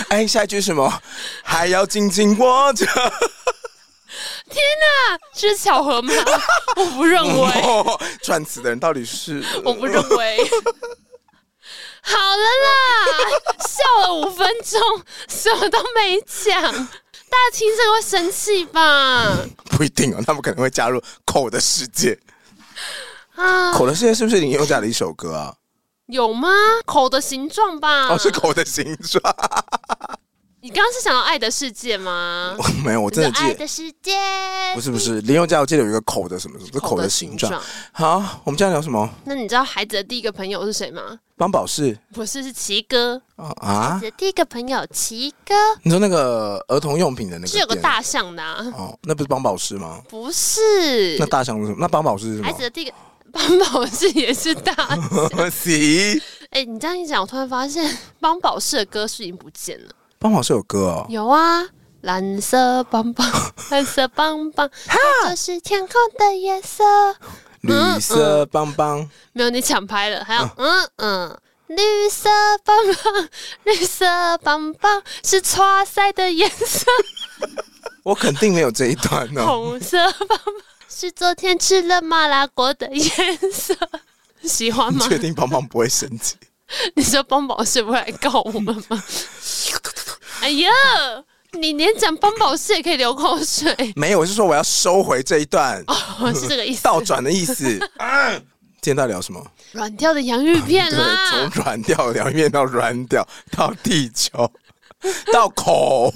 [SPEAKER 1] 哎，下一句是什么？还要紧紧握 着。
[SPEAKER 2] 天哪，这是巧合吗？我不认为。
[SPEAKER 1] 哦，转词的人到底是？
[SPEAKER 2] 我不认 为。好了啦，笑了五分钟，什么都没讲，大家听这个会生气吧？
[SPEAKER 1] 不一定哦，他们可能会加入口的世界。
[SPEAKER 2] 啊，
[SPEAKER 1] 口的世界是不是林宥嘉的一首歌啊？
[SPEAKER 2] 有吗？口的形状吧？
[SPEAKER 1] 哦，是口的形状。
[SPEAKER 2] 你刚刚是想要爱的世界吗？
[SPEAKER 1] 没 有，我真的
[SPEAKER 2] 爱
[SPEAKER 1] 记得
[SPEAKER 2] 的世界，
[SPEAKER 1] 不是不是，林宥嘉我记得有一个口的什么什么，是口的形状。。好，我们今天聊什么？
[SPEAKER 2] 那你知道孩子的第一个朋友是谁吗？
[SPEAKER 1] 帮宝适
[SPEAKER 2] 不是，是奇哥。
[SPEAKER 1] 啊啊
[SPEAKER 2] 你！的第一个朋友奇哥
[SPEAKER 1] 你说那个儿童用品的那个
[SPEAKER 2] 是有个
[SPEAKER 1] 店
[SPEAKER 2] 大象的、啊，
[SPEAKER 1] 哦，那不是帮宝适吗？
[SPEAKER 2] 不是
[SPEAKER 1] 那？大象是什么？那帮宝适是什
[SPEAKER 2] 孩子
[SPEAKER 1] 么？
[SPEAKER 2] 的第一个帮宝是也是大 象。
[SPEAKER 1] 行，
[SPEAKER 2] 哎、你这样一讲，我突然发现帮宝适的歌是已经不见了。
[SPEAKER 1] 帮宝适有歌哦。
[SPEAKER 2] 有啊，蓝色棒棒，蓝色 棒棒，它就是天空的颜色。嗯
[SPEAKER 1] 绿色棒棒，
[SPEAKER 2] 没有，你抢拍了。还有，嗯嗯，绿色棒棒，绿色棒棒是花塞的颜色。
[SPEAKER 1] 我肯定没有这一段哦。
[SPEAKER 2] 红色棒棒是昨天吃了麻辣锅的颜色。 喜欢
[SPEAKER 1] 你
[SPEAKER 2] 吗？
[SPEAKER 1] 确定棒棒不会生气？
[SPEAKER 2] 你说帮宝适不会来告我们 吗？哎呀，你连讲帮宝适也可以流口水，
[SPEAKER 1] 没有，我是说我要收回这一段，
[SPEAKER 2] 哦，是这个意思。
[SPEAKER 1] 倒转的意 思。嗯今天到底聊什么？
[SPEAKER 2] 软掉的洋芋片 啊
[SPEAKER 1] 对，从
[SPEAKER 2] 啦，
[SPEAKER 1] 软调聊面到软调，到地球，到口。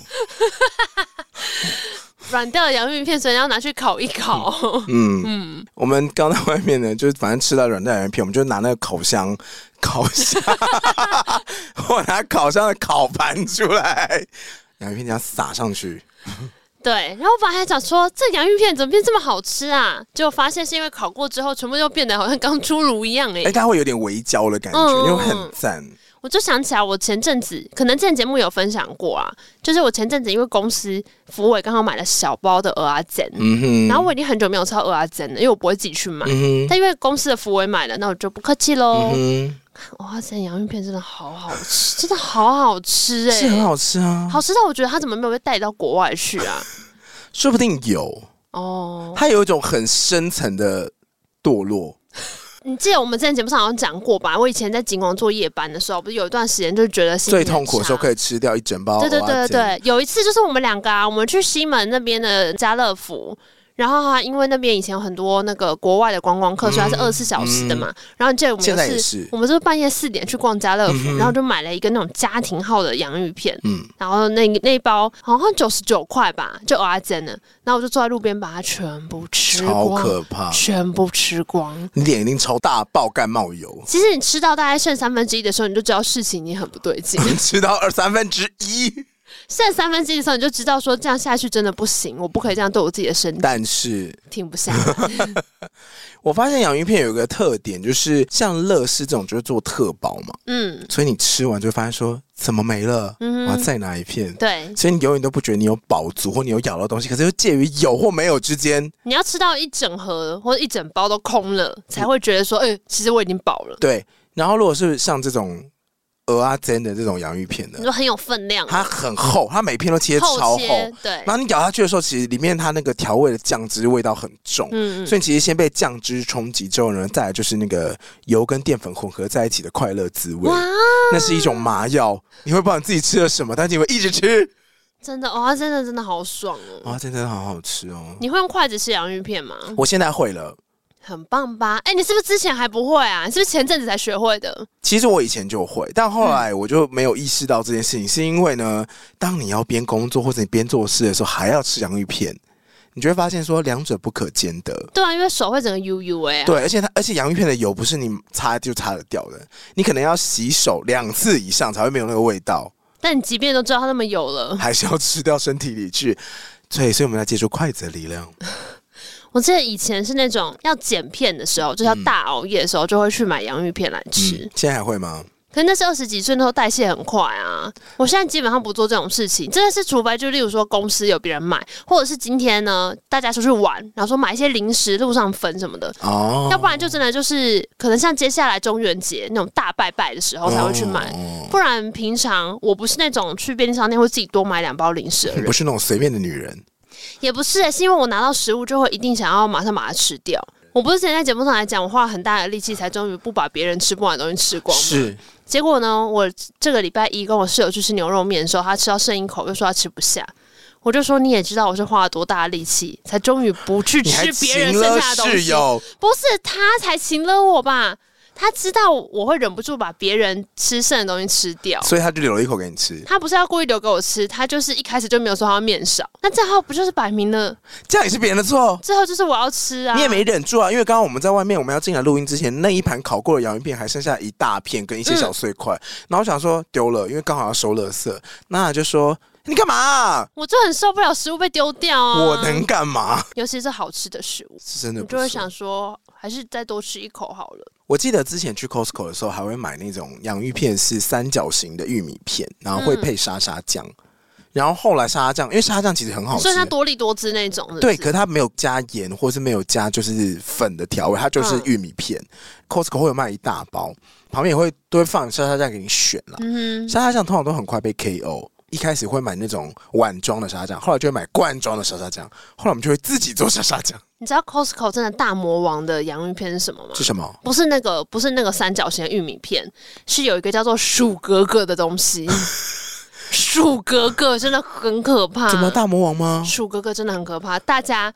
[SPEAKER 2] 软掉的洋芋片，所以要拿去烤一烤。
[SPEAKER 1] 嗯 嗯，我们刚在外面呢，就是反正吃到软蛋洋芋片，我们就拿那个烤箱烤箱， 我拿烤箱的烤盘出来，洋芋片这样撒上去，
[SPEAKER 2] 对，然后我本来还想说这洋芋片怎么变这么好吃啊，结果发现是因为烤过之后，全部又变得好像刚出炉一样哎、
[SPEAKER 1] 哎、它会有点微焦的感觉，
[SPEAKER 2] 嗯
[SPEAKER 1] 因为很赞。
[SPEAKER 2] 我就想起来，我前阵子可能之前节目有分享过啊，就是我前阵子因为公司福伟刚好买了小包的鹅阿煎，
[SPEAKER 1] 嗯哼，
[SPEAKER 2] 然后我已经很久没有吃到鹅阿煎了，因为我不会自己去买。
[SPEAKER 1] 嗯哼，
[SPEAKER 2] 但因为公司的福伟买了，那我就不客气喽。
[SPEAKER 1] 嗯
[SPEAKER 2] 哇，这洋芋片真的好好吃，真的好好吃
[SPEAKER 1] 哼，
[SPEAKER 2] 哎、
[SPEAKER 1] 是很好吃啊，
[SPEAKER 2] 好吃到我觉得它怎么没有被带到国外去啊？
[SPEAKER 1] 说不定有，
[SPEAKER 2] 哦，
[SPEAKER 1] 它有一种很深层的堕落。
[SPEAKER 2] 你记得我们之前节目上好像讲过吧？我以前在景广做夜班的时候，不是有一段时间就觉得心情
[SPEAKER 1] 最
[SPEAKER 2] 很
[SPEAKER 1] 痛苦的时候
[SPEAKER 2] 差
[SPEAKER 1] 可以吃掉一整包。
[SPEAKER 2] 对对对对，对，有一次就是我们两个啊，我们去西门那边的家乐福。然后啊，因为那边以前有很多那个国外的观光客，所以它是二十四小时的嘛。然后你记得我们
[SPEAKER 1] 嗯现在也
[SPEAKER 2] 有一次
[SPEAKER 1] 是
[SPEAKER 2] 我们是半夜四点去逛家乐福，然后就买了一个那种家庭号的洋芋片，
[SPEAKER 1] 嗯
[SPEAKER 2] 然后那那一包好像九十九块吧，就蚵仔煎的。然后我就坐在路边把它全部吃
[SPEAKER 1] 超
[SPEAKER 2] 光，
[SPEAKER 1] 可怕，
[SPEAKER 2] 全部吃光。
[SPEAKER 1] 你脸一定超大爆干冒油，
[SPEAKER 2] 其实你吃到大概剩三分之一的时候，你就知道事情已经很不对劲。
[SPEAKER 1] 吃到二三分之一。
[SPEAKER 2] 剩三分之一的时候，你就知道说这样下去真的不行，我不可以这样对我自己的身体，
[SPEAKER 1] 但是
[SPEAKER 2] 停 不下来。
[SPEAKER 1] 我发现洋芋片有一个特点，就是像乐事这种就是做特薄嘛，
[SPEAKER 2] 嗯，
[SPEAKER 1] 所以你吃完就会发现说怎么没了，
[SPEAKER 2] 嗯哼
[SPEAKER 1] 我要再拿一片。
[SPEAKER 2] 对，
[SPEAKER 1] 所以你永远都不觉得你有饱足或你有咬到东西，可是又介于有或没有之间。
[SPEAKER 2] 你要吃到一整盒或者一整包都空了，才会觉得说，哎、其实我已经饱了。
[SPEAKER 1] 对，然后如果是像这种鹅啊煎的这种洋芋片
[SPEAKER 2] 你
[SPEAKER 1] 的，
[SPEAKER 2] 说很有分量，
[SPEAKER 1] 它很厚，它每片都贴超厚
[SPEAKER 2] 切，，对
[SPEAKER 1] 然，后你咬下去的时候，其实里面它那个调味的酱汁味道很重，
[SPEAKER 2] 嗯，
[SPEAKER 1] 所以其实先被酱汁冲击之后呢，再来就是那个油跟淀粉混合在一起的快乐滋味
[SPEAKER 2] 哇，，
[SPEAKER 1] 那是一种麻药。你会不知道你自己吃了什么，但是你会一直吃。
[SPEAKER 2] 真的，哇、真的真的好爽哦！
[SPEAKER 1] 啊哇，真的好好吃哦！
[SPEAKER 2] 你会用筷子吃洋芋片吗？
[SPEAKER 1] 我现在会了，
[SPEAKER 2] 很棒吧？哎、你是不是之前还不会啊？你是不是前阵子才学会的？
[SPEAKER 1] 其实我以前就会，但后来我就没有意识到这件事情，是因为呢，当你要边工作或者你边做事的时候，还要吃洋芋片，你就会发现说两者不可兼得。
[SPEAKER 2] 对啊，因为手会整个 U U 哎、
[SPEAKER 1] 对，而且它而且洋芋片的油不是你擦就擦得掉的，你可能要洗手两次以上才会没有那个味道，
[SPEAKER 2] 但你即便都知道它那么油了，
[SPEAKER 1] 还是要吃掉身体里去。对，所以我们要借助筷子的力量。
[SPEAKER 2] 我记得以前是那种要剪片的时候，就是要大熬夜的时候，就会去买洋芋片来吃。
[SPEAKER 1] 嗯，现在还会吗？
[SPEAKER 2] 可是那是二十几岁那时候代谢很快啊。我现在基本上不做这种事情，真的是除非就例如说公司有别人买，或者是今天呢大家出去玩，然后说买一些零食路上分什么的。
[SPEAKER 1] 哦，
[SPEAKER 2] 要不然就真的就是可能像接下来中元节那种大拜拜的时候才会去买，
[SPEAKER 1] 哦
[SPEAKER 2] 不然平常我不是那种去便利商店会自己多买两包零食的
[SPEAKER 1] 你
[SPEAKER 2] 人
[SPEAKER 1] 不，是那种随便的女人。
[SPEAKER 2] 也不是、欸，是因为我拿到食物就会一定想要马上把它吃掉。我不是之前在节目上来讲，我花了很大的力气才终于不把别人吃不完的东西吃光吗？
[SPEAKER 1] 是，
[SPEAKER 2] 结果呢，我这个礼拜一跟我室友去吃牛肉面的时候，他吃到剩一口，又说他吃不下。我就说你也知道我是花了多大的力气，才终于不去
[SPEAKER 1] 你还
[SPEAKER 2] 吃别人
[SPEAKER 1] 请
[SPEAKER 2] 剩
[SPEAKER 1] 了
[SPEAKER 2] 下的东
[SPEAKER 1] 室
[SPEAKER 2] 西。哦
[SPEAKER 1] 友，
[SPEAKER 2] 不是他才请了我吧？他知道我会忍不住把别人吃剩的东西吃掉。
[SPEAKER 1] 所以他就留了一口给你吃，
[SPEAKER 2] 他不是要故意留给我吃，他就是一开始就没有说他要面少。那这号不就是摆明了
[SPEAKER 1] 这样也是别人的错。
[SPEAKER 2] 最后就是我要吃啊？
[SPEAKER 1] 你也没忍住啊，因为刚刚我们在外面，我们要进来录音之前，那一盘烤过的洋芋片还剩下一大片跟一些小碎块，
[SPEAKER 2] 嗯
[SPEAKER 1] 然后我想说丢了，因为刚好要收垃圾，那就说你干嘛啊、
[SPEAKER 2] 我就很受不了食物被丢掉啊！
[SPEAKER 1] 我能，干嘛？
[SPEAKER 2] 尤其是好吃的食物，
[SPEAKER 1] 是真的
[SPEAKER 2] 你
[SPEAKER 1] 不
[SPEAKER 2] 就会
[SPEAKER 1] 错
[SPEAKER 2] 想说，还是再多吃一口好了。
[SPEAKER 1] 我记得之前去 Costco 的时候，还会买那种洋芋片是三角形的玉米片，然后会配沙沙酱，然后后来沙沙酱，因为沙沙酱其实很好吃
[SPEAKER 2] 所以，它多利多汁那种是不是
[SPEAKER 1] 对，可是它没有加盐，或是没有加就是粉的调味，它就是
[SPEAKER 2] 嗯
[SPEAKER 1] 玉米片。Costco 会有卖一大包，旁边也会都会放沙沙酱给你选啦。
[SPEAKER 2] 嗯哼，
[SPEAKER 1] 沙沙酱通常都很快被 KO。一开始会买那种碗装的沙沙酱，后来就会买罐装的沙沙酱，后来我们就会自己做沙沙酱。
[SPEAKER 2] 你知道 Costco 真的大魔王的洋芋片是什么吗
[SPEAKER 1] 是？什么？
[SPEAKER 2] 不是那个，不是那个三角形的玉米片，是有一个叫做鼠格格的 东西。鼠格格真的很可怕，
[SPEAKER 1] 怎么大魔王吗？，
[SPEAKER 2] 鼠格格真的很可怕。大家，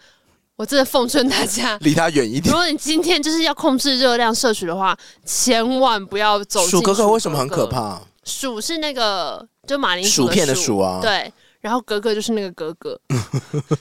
[SPEAKER 2] 我真的奉劝大家
[SPEAKER 1] 离它 远一
[SPEAKER 2] 如
[SPEAKER 1] 点。
[SPEAKER 2] 果你今天就是要控制热量摄取的话，千万不要走进
[SPEAKER 1] 鼠哥
[SPEAKER 2] 鼠
[SPEAKER 1] 哥为什么很可？怕？
[SPEAKER 2] 鼠是那个就马铃薯
[SPEAKER 1] 薯片
[SPEAKER 2] 的
[SPEAKER 1] 的薯啊
[SPEAKER 2] 对。然后格格就是那个格 格，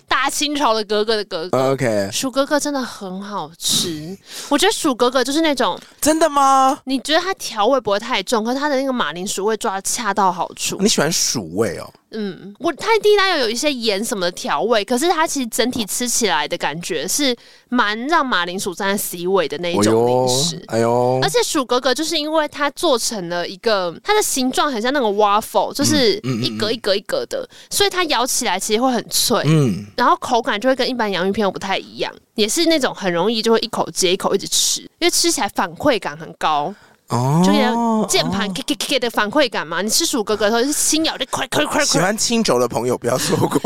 [SPEAKER 2] 大清朝的格格的格格。
[SPEAKER 1] OK，
[SPEAKER 2] 薯格格真的很好吃，我觉得薯格格就是那种
[SPEAKER 1] 真的吗？
[SPEAKER 2] 你觉得它调味不会太重，可是它的那个马铃薯味抓得恰到好处。
[SPEAKER 1] 你喜欢薯味哦？
[SPEAKER 2] 嗯，我它第一它有有一些盐什么的调味，可是它其实整体吃起来的感觉是蛮让马铃薯站在 C 位的那一
[SPEAKER 1] 哎
[SPEAKER 2] 种
[SPEAKER 1] 呦
[SPEAKER 2] 零食。，
[SPEAKER 1] 哎呦
[SPEAKER 2] 而，且薯格格就是因为它做成了一个，它的形状很像那种 waffle，就是
[SPEAKER 1] 嗯嗯嗯
[SPEAKER 2] 一格一格一格的，所以它咬起来其实会很脆，
[SPEAKER 1] 嗯，
[SPEAKER 2] 然后口感就会跟一般洋芋片又不太一样，也是那种很容易就会一口接一口一直吃，因为吃起来反馈感很高，
[SPEAKER 1] 哦，
[SPEAKER 2] 就像键盘 K K K 的反馈感嘛。你吃薯格格的时候，就是轻咬就快快快
[SPEAKER 1] 喜
[SPEAKER 2] 快，
[SPEAKER 1] 欢轻轴的朋友不要错 过。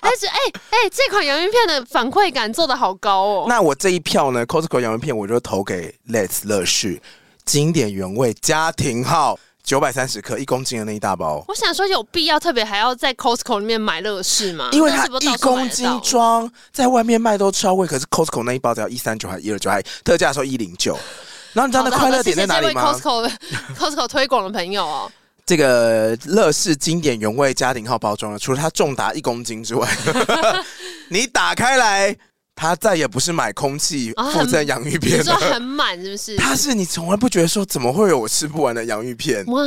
[SPEAKER 2] 但是哎哎，这款洋芋片的反馈感做的好高哦。
[SPEAKER 1] 那我这一票呢，Costco 洋芋片我就投给 Let's 乐事经典原味家庭号九百三十克，一公斤的那一大包。
[SPEAKER 2] 我想说，有必要特别还要在 Costco 里面买乐事吗？
[SPEAKER 1] 因为
[SPEAKER 2] 乐
[SPEAKER 1] 它
[SPEAKER 2] 事不是到
[SPEAKER 1] 一
[SPEAKER 2] 处买
[SPEAKER 1] 公
[SPEAKER 2] 得
[SPEAKER 1] 斤
[SPEAKER 2] 到
[SPEAKER 1] 装，在外面卖都超贵，可是 Costco 那一包只要一三九还一二九，还特价的时候一零九。然后你知道那快乐点在哪里
[SPEAKER 2] 好
[SPEAKER 1] 吗
[SPEAKER 2] 的？好的谢谢这位 Costco 的 Costco 推广的朋 友哦，
[SPEAKER 1] 这个乐事经典原味家庭号包装呢，除了它重达一公斤之 外，你打开来，它再也不是买空气
[SPEAKER 2] 啊
[SPEAKER 1] 附赠洋芋
[SPEAKER 2] 你
[SPEAKER 1] 片
[SPEAKER 2] 说
[SPEAKER 1] 了，
[SPEAKER 2] 很满是不是？
[SPEAKER 1] 它是你从来不觉得说怎么会有我吃不完的洋芋片。
[SPEAKER 2] 哇，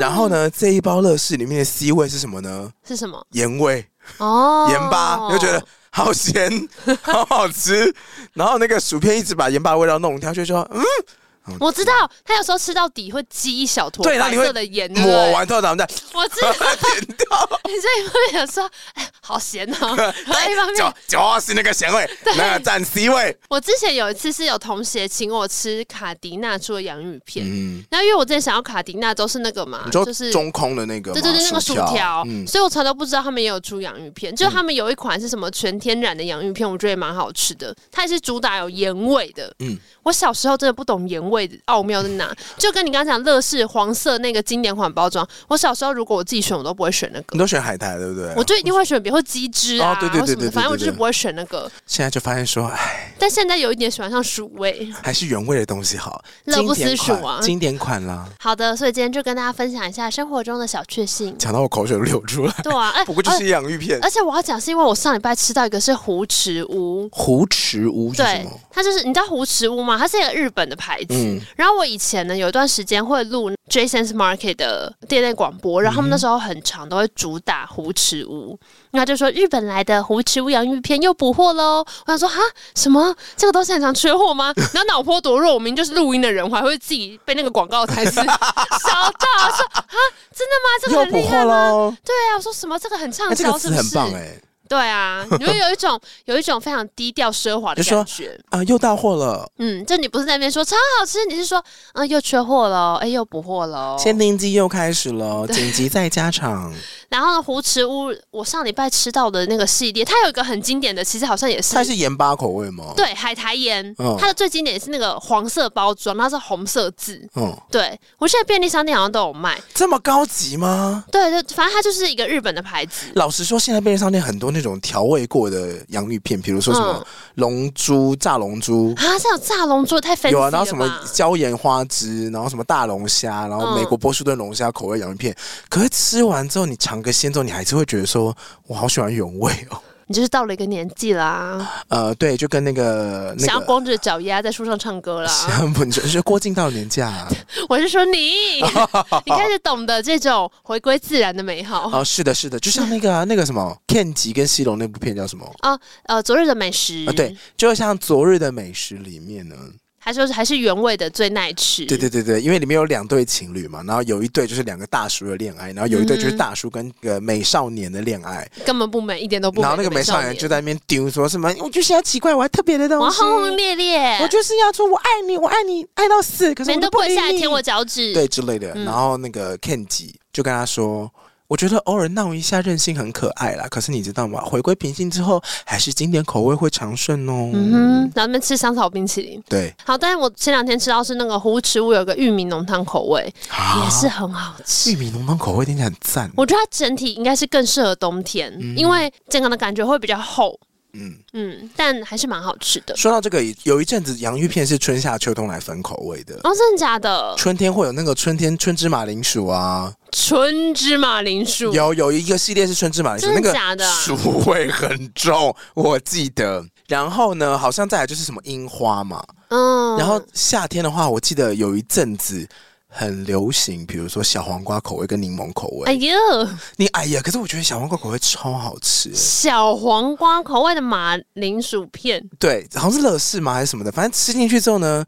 [SPEAKER 1] 然后呢，这一包乐事里面的 C 味是什么呢？
[SPEAKER 2] 是什么？
[SPEAKER 1] 盐味。
[SPEAKER 2] 哦，
[SPEAKER 1] 盐巴，你就觉得好 咸，好好吃。然后那个薯片一直把盐巴的味道弄掉，就说嗯，
[SPEAKER 2] 我知道，他有时候吃到底会积一小坨
[SPEAKER 1] 对然
[SPEAKER 2] 白
[SPEAKER 1] 后你会
[SPEAKER 2] 色的盐，对不对
[SPEAKER 1] 抹，完之后咱们再
[SPEAKER 2] 我 知道，
[SPEAKER 1] 舔掉，
[SPEAKER 2] 你这一方面有说，哎，好咸 哦，然 后一方
[SPEAKER 1] 就
[SPEAKER 2] 面，
[SPEAKER 1] 就是那个咸味，那个占 C 位。
[SPEAKER 2] 我之前有一次是有同学请我吃卡迪娜做的洋芋片，
[SPEAKER 1] 嗯，
[SPEAKER 2] 然后因为我之前想要卡迪娜都是那个嘛，
[SPEAKER 1] 你说
[SPEAKER 2] 就是
[SPEAKER 1] 中空的那个吗，
[SPEAKER 2] 对对对，那个薯条，嗯
[SPEAKER 1] 嗯，
[SPEAKER 2] 所以我从来都不知道他们也有出洋芋片。就是他们有一款是什么全天然的洋芋片，我觉得也蛮好吃的，它也是主打有盐味的。
[SPEAKER 1] 嗯
[SPEAKER 2] 嗯，我小时候真的不懂盐味的奥妙在哪， 就跟你刚刚讲乐事黄色那个经典款包装，我小时候如果我自己选，我都不会选那
[SPEAKER 1] 你
[SPEAKER 2] 个。
[SPEAKER 1] 都选海苔对不对
[SPEAKER 2] 我？就一定会选，别或鸡汁啊，
[SPEAKER 1] 哦对对对
[SPEAKER 2] 或什
[SPEAKER 1] 对
[SPEAKER 2] 么
[SPEAKER 1] 对
[SPEAKER 2] 的，
[SPEAKER 1] 对
[SPEAKER 2] 反正我就是
[SPEAKER 1] 对
[SPEAKER 2] 不会选那个。
[SPEAKER 1] 现在就发现说，哎，
[SPEAKER 2] 但现在有一点喜欢上薯味。
[SPEAKER 1] 还是原味的东西好，
[SPEAKER 2] 乐
[SPEAKER 1] 经
[SPEAKER 2] 不思
[SPEAKER 1] 典
[SPEAKER 2] 蜀
[SPEAKER 1] 款，
[SPEAKER 2] 啊
[SPEAKER 1] 经典款啦。。
[SPEAKER 2] 好的，所以今天就跟大家分享一下生活中的小确幸
[SPEAKER 1] 讲到我口水都流出来，
[SPEAKER 2] 对啊，哎、
[SPEAKER 1] 不过就是洋芋片
[SPEAKER 2] 而，而且我要讲是因为我上礼拜吃到一个是胡池屋，
[SPEAKER 1] 胡池屋是什
[SPEAKER 2] 对
[SPEAKER 1] 么？，
[SPEAKER 2] 它就是你知道胡池屋吗？它是一个日本的牌子。
[SPEAKER 1] 嗯
[SPEAKER 2] 然后我以前呢有一段时间会录 Jason's Market 的店内广播，然后他们那时候很长都会主打胡池屋，那就说日本来的胡池屋洋芋片又补货喽。我想说哈什么这个东西很常缺货吗？ 然后脑波多弱，我明明就是录音的人，我还会自己被那个 广告台词烧到，说啊真的吗？这个
[SPEAKER 1] 又
[SPEAKER 2] 很
[SPEAKER 1] 补
[SPEAKER 2] 厉
[SPEAKER 1] 货
[SPEAKER 2] 害吗？
[SPEAKER 1] 喽。哎
[SPEAKER 2] 对啊，我说什么这个很畅
[SPEAKER 1] 那这个
[SPEAKER 2] 销是
[SPEAKER 1] 词
[SPEAKER 2] 不
[SPEAKER 1] 很
[SPEAKER 2] 是？
[SPEAKER 1] 棒哎。
[SPEAKER 2] 对啊，你会有一种有一种非常低调奢华的
[SPEAKER 1] 就说
[SPEAKER 2] 感觉。
[SPEAKER 1] 啊，又到货了，
[SPEAKER 2] 嗯，就你不是在那边说超好吃，你是说啊、又缺货了哦，哎又补货了哦。
[SPEAKER 1] 限定机又开始了，紧急再加 场。
[SPEAKER 2] 然后呢，胡池屋，我上礼拜吃到的那个系列，它有一个很经典的，其实好像也是
[SPEAKER 1] 它是盐巴口味吗？，
[SPEAKER 2] 对海苔盐，
[SPEAKER 1] 嗯
[SPEAKER 2] 它的最经典是那个黄色包装，它是红色字。
[SPEAKER 1] 嗯，
[SPEAKER 2] 对我现在便利商店好像都有卖。
[SPEAKER 1] 这么高级吗？
[SPEAKER 2] 对对，反正它就是一个日本的牌子。
[SPEAKER 1] 老实说，现在便利商店很多那种调味过的洋芋片，比如说什么
[SPEAKER 2] 嗯
[SPEAKER 1] 龙珠、炸龙珠，
[SPEAKER 2] 啊，这有炸龙珠太 fancy
[SPEAKER 1] 有啊，
[SPEAKER 2] 了吧？
[SPEAKER 1] 然后什么椒盐花枝，然后什么大龙虾，然后
[SPEAKER 2] 嗯
[SPEAKER 1] 美国波士顿龙虾口味洋芋片。可是吃完之后，你尝个鲜之后，你还是会觉得说，我好喜欢原味哦。
[SPEAKER 2] 你就是到了一个年纪啦，
[SPEAKER 1] 呃，对，就跟那个那
[SPEAKER 2] 想要
[SPEAKER 1] 个。
[SPEAKER 2] 光着脚丫在树上唱歌啦。
[SPEAKER 1] 本就是啊郭靖到了年假、 啊，
[SPEAKER 2] 我是说 你，你开始懂得这种回归自然的美好。
[SPEAKER 1] 哦，是的，是的，就像那个啊、那个什么 Ken 吉跟西龙那部片叫什么？
[SPEAKER 2] 啊，呃，昨日的美食
[SPEAKER 1] 啊，对，，就像《昨日的美食》里面呢，
[SPEAKER 2] 还说是还是原味的最耐吃。
[SPEAKER 1] 对对对对，因为里面有两对情侣嘛，然后有一对就是两个大叔的恋爱，
[SPEAKER 2] 嗯
[SPEAKER 1] 然后有一对就是大叔跟个美少年的恋爱，
[SPEAKER 2] 根本不美，一点都不美。
[SPEAKER 1] 然后那个美少年就在那边丢说什么，我就是要奇怪，我要特别的
[SPEAKER 2] 我
[SPEAKER 1] 东
[SPEAKER 2] 要
[SPEAKER 1] 西，
[SPEAKER 2] 轰轰烈烈，
[SPEAKER 1] 我就是要说我爱你，我爱你，爱到死，可是
[SPEAKER 2] 人
[SPEAKER 1] 我
[SPEAKER 2] 都
[SPEAKER 1] 不
[SPEAKER 2] 跪
[SPEAKER 1] 理
[SPEAKER 2] 下来
[SPEAKER 1] 你
[SPEAKER 2] 舔我脚趾。
[SPEAKER 1] 对之类的。
[SPEAKER 2] 嗯
[SPEAKER 1] 然后那个 Ken 吉就跟他说。我觉得偶尔闹一下任性很可爱啦，可是你知道吗？回归平静之后，还是经典口味会长顺哦。
[SPEAKER 2] 嗯哼，然后那边吃香草冰淇淋。
[SPEAKER 1] 对，
[SPEAKER 2] 好，但是我前两天吃到是那个胡池屋有个玉米浓汤口味，也
[SPEAKER 1] 啊
[SPEAKER 2] 是很好吃。
[SPEAKER 1] 玉米浓汤口味听起来很赞。
[SPEAKER 2] 我觉得它整体应该是更适合冬天，因为整个的感觉会比较厚。
[SPEAKER 1] 嗯，
[SPEAKER 2] 嗯，但还是蛮好吃的。
[SPEAKER 1] 说到这个，有一阵子洋芋片是春夏秋冬来分口味的。
[SPEAKER 2] 哦，真的假的？
[SPEAKER 1] 春天会有那个春天春芝麻铃薯啊，
[SPEAKER 2] 纯芝麻铃薯，
[SPEAKER 1] 有有一个系列是春芝麻铃薯，
[SPEAKER 2] 真
[SPEAKER 1] 那
[SPEAKER 2] 的
[SPEAKER 1] 个
[SPEAKER 2] 假的啊
[SPEAKER 1] 薯味很重，我记得。然后呢，好像再来就是什么樱花嘛。
[SPEAKER 2] 嗯，
[SPEAKER 1] 然后夏天的话，我记得有一阵子很流行，比如说小黄瓜口味跟柠檬口味。
[SPEAKER 2] 哎呦，
[SPEAKER 1] 你哎呀，可是我觉得小黄瓜口味超好吃、
[SPEAKER 2] 小黄瓜口味的马铃薯片，
[SPEAKER 1] 对，好像是乐事吗还是什么的，反正吃进去之后呢，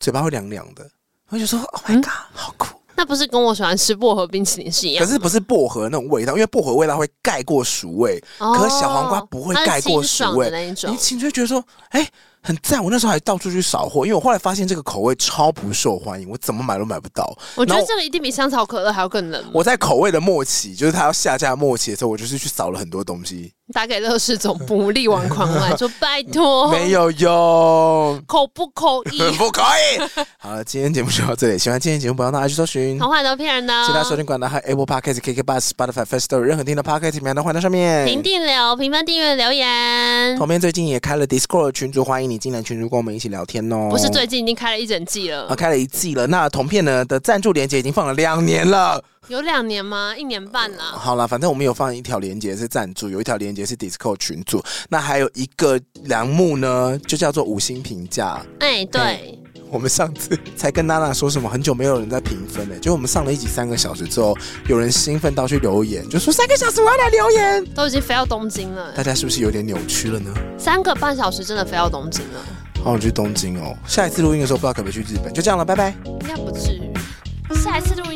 [SPEAKER 1] 嘴巴会凉凉的。我就说，Oh my
[SPEAKER 2] 嗯
[SPEAKER 1] god，、好酷！
[SPEAKER 2] 那不是跟我喜欢吃薄荷冰淇淋是一样
[SPEAKER 1] 可？是不是薄荷那种味道，因为薄荷味道会盖过薯味，
[SPEAKER 2] 哦
[SPEAKER 1] 可是小黄瓜不会盖过
[SPEAKER 2] 它是清
[SPEAKER 1] 薯
[SPEAKER 2] 爽的
[SPEAKER 1] 味
[SPEAKER 2] 那一种
[SPEAKER 1] 你。清就会觉得说，哎、很赞！我那时候还到处去扫货，因为我后来发现这个口味超不受欢迎，我怎么买都买不到。
[SPEAKER 2] 我觉
[SPEAKER 1] 然
[SPEAKER 2] 得
[SPEAKER 1] 后
[SPEAKER 2] 这个一定比香草可乐还要更冷。
[SPEAKER 1] 我在口味的末期，就是它要下架末期的时候，我就是去扫了很多东西，
[SPEAKER 2] 打给乐视总部力挽 狂澜，说拜托，，
[SPEAKER 1] 没有用
[SPEAKER 2] 口不口 译，
[SPEAKER 1] 不可以。好了，今天节目就到这里，喜欢今天节目，不要忘了去搜寻。
[SPEAKER 2] 好坏都骗人的哦。
[SPEAKER 1] 其他收听管道还有 Apple Podcast、KK Bus、Spotify、First Story 任何听的 Podcast 平台都欢迎到上面。
[SPEAKER 2] 评定留、评分、订阅、留言，
[SPEAKER 1] 旁边最近也开了 Discord 群组，欢迎你进来群组跟我们一起聊天哦。
[SPEAKER 2] 不是最近已经开了一整季
[SPEAKER 1] 啊，
[SPEAKER 2] 了，
[SPEAKER 1] 开了一季了。那同片呢的赞助连接已经放了两年了。
[SPEAKER 2] 有两年吗？一年半啦。
[SPEAKER 1] 好了，反正我们有放一条连接是赞助，有一条连接是 Discord 群组，那还有一个栏目呢，就叫做五星评价。
[SPEAKER 2] 哎，对
[SPEAKER 1] 哎，我们上次才跟娜娜说什么，很久没有人在评分了，就我们上了一集三个小时之后，有人兴奋到去留言，就说三个小时我要来留言，
[SPEAKER 2] 都已经飞到东京了
[SPEAKER 1] 大，家是不是有点扭曲了呢？
[SPEAKER 2] 三个半小时真的飞到东京了，
[SPEAKER 1] 好，我去东京哦，下一次录音的时候不知道可不可以去日本，就这样了，拜拜。
[SPEAKER 2] 应该不至于。下一次录音。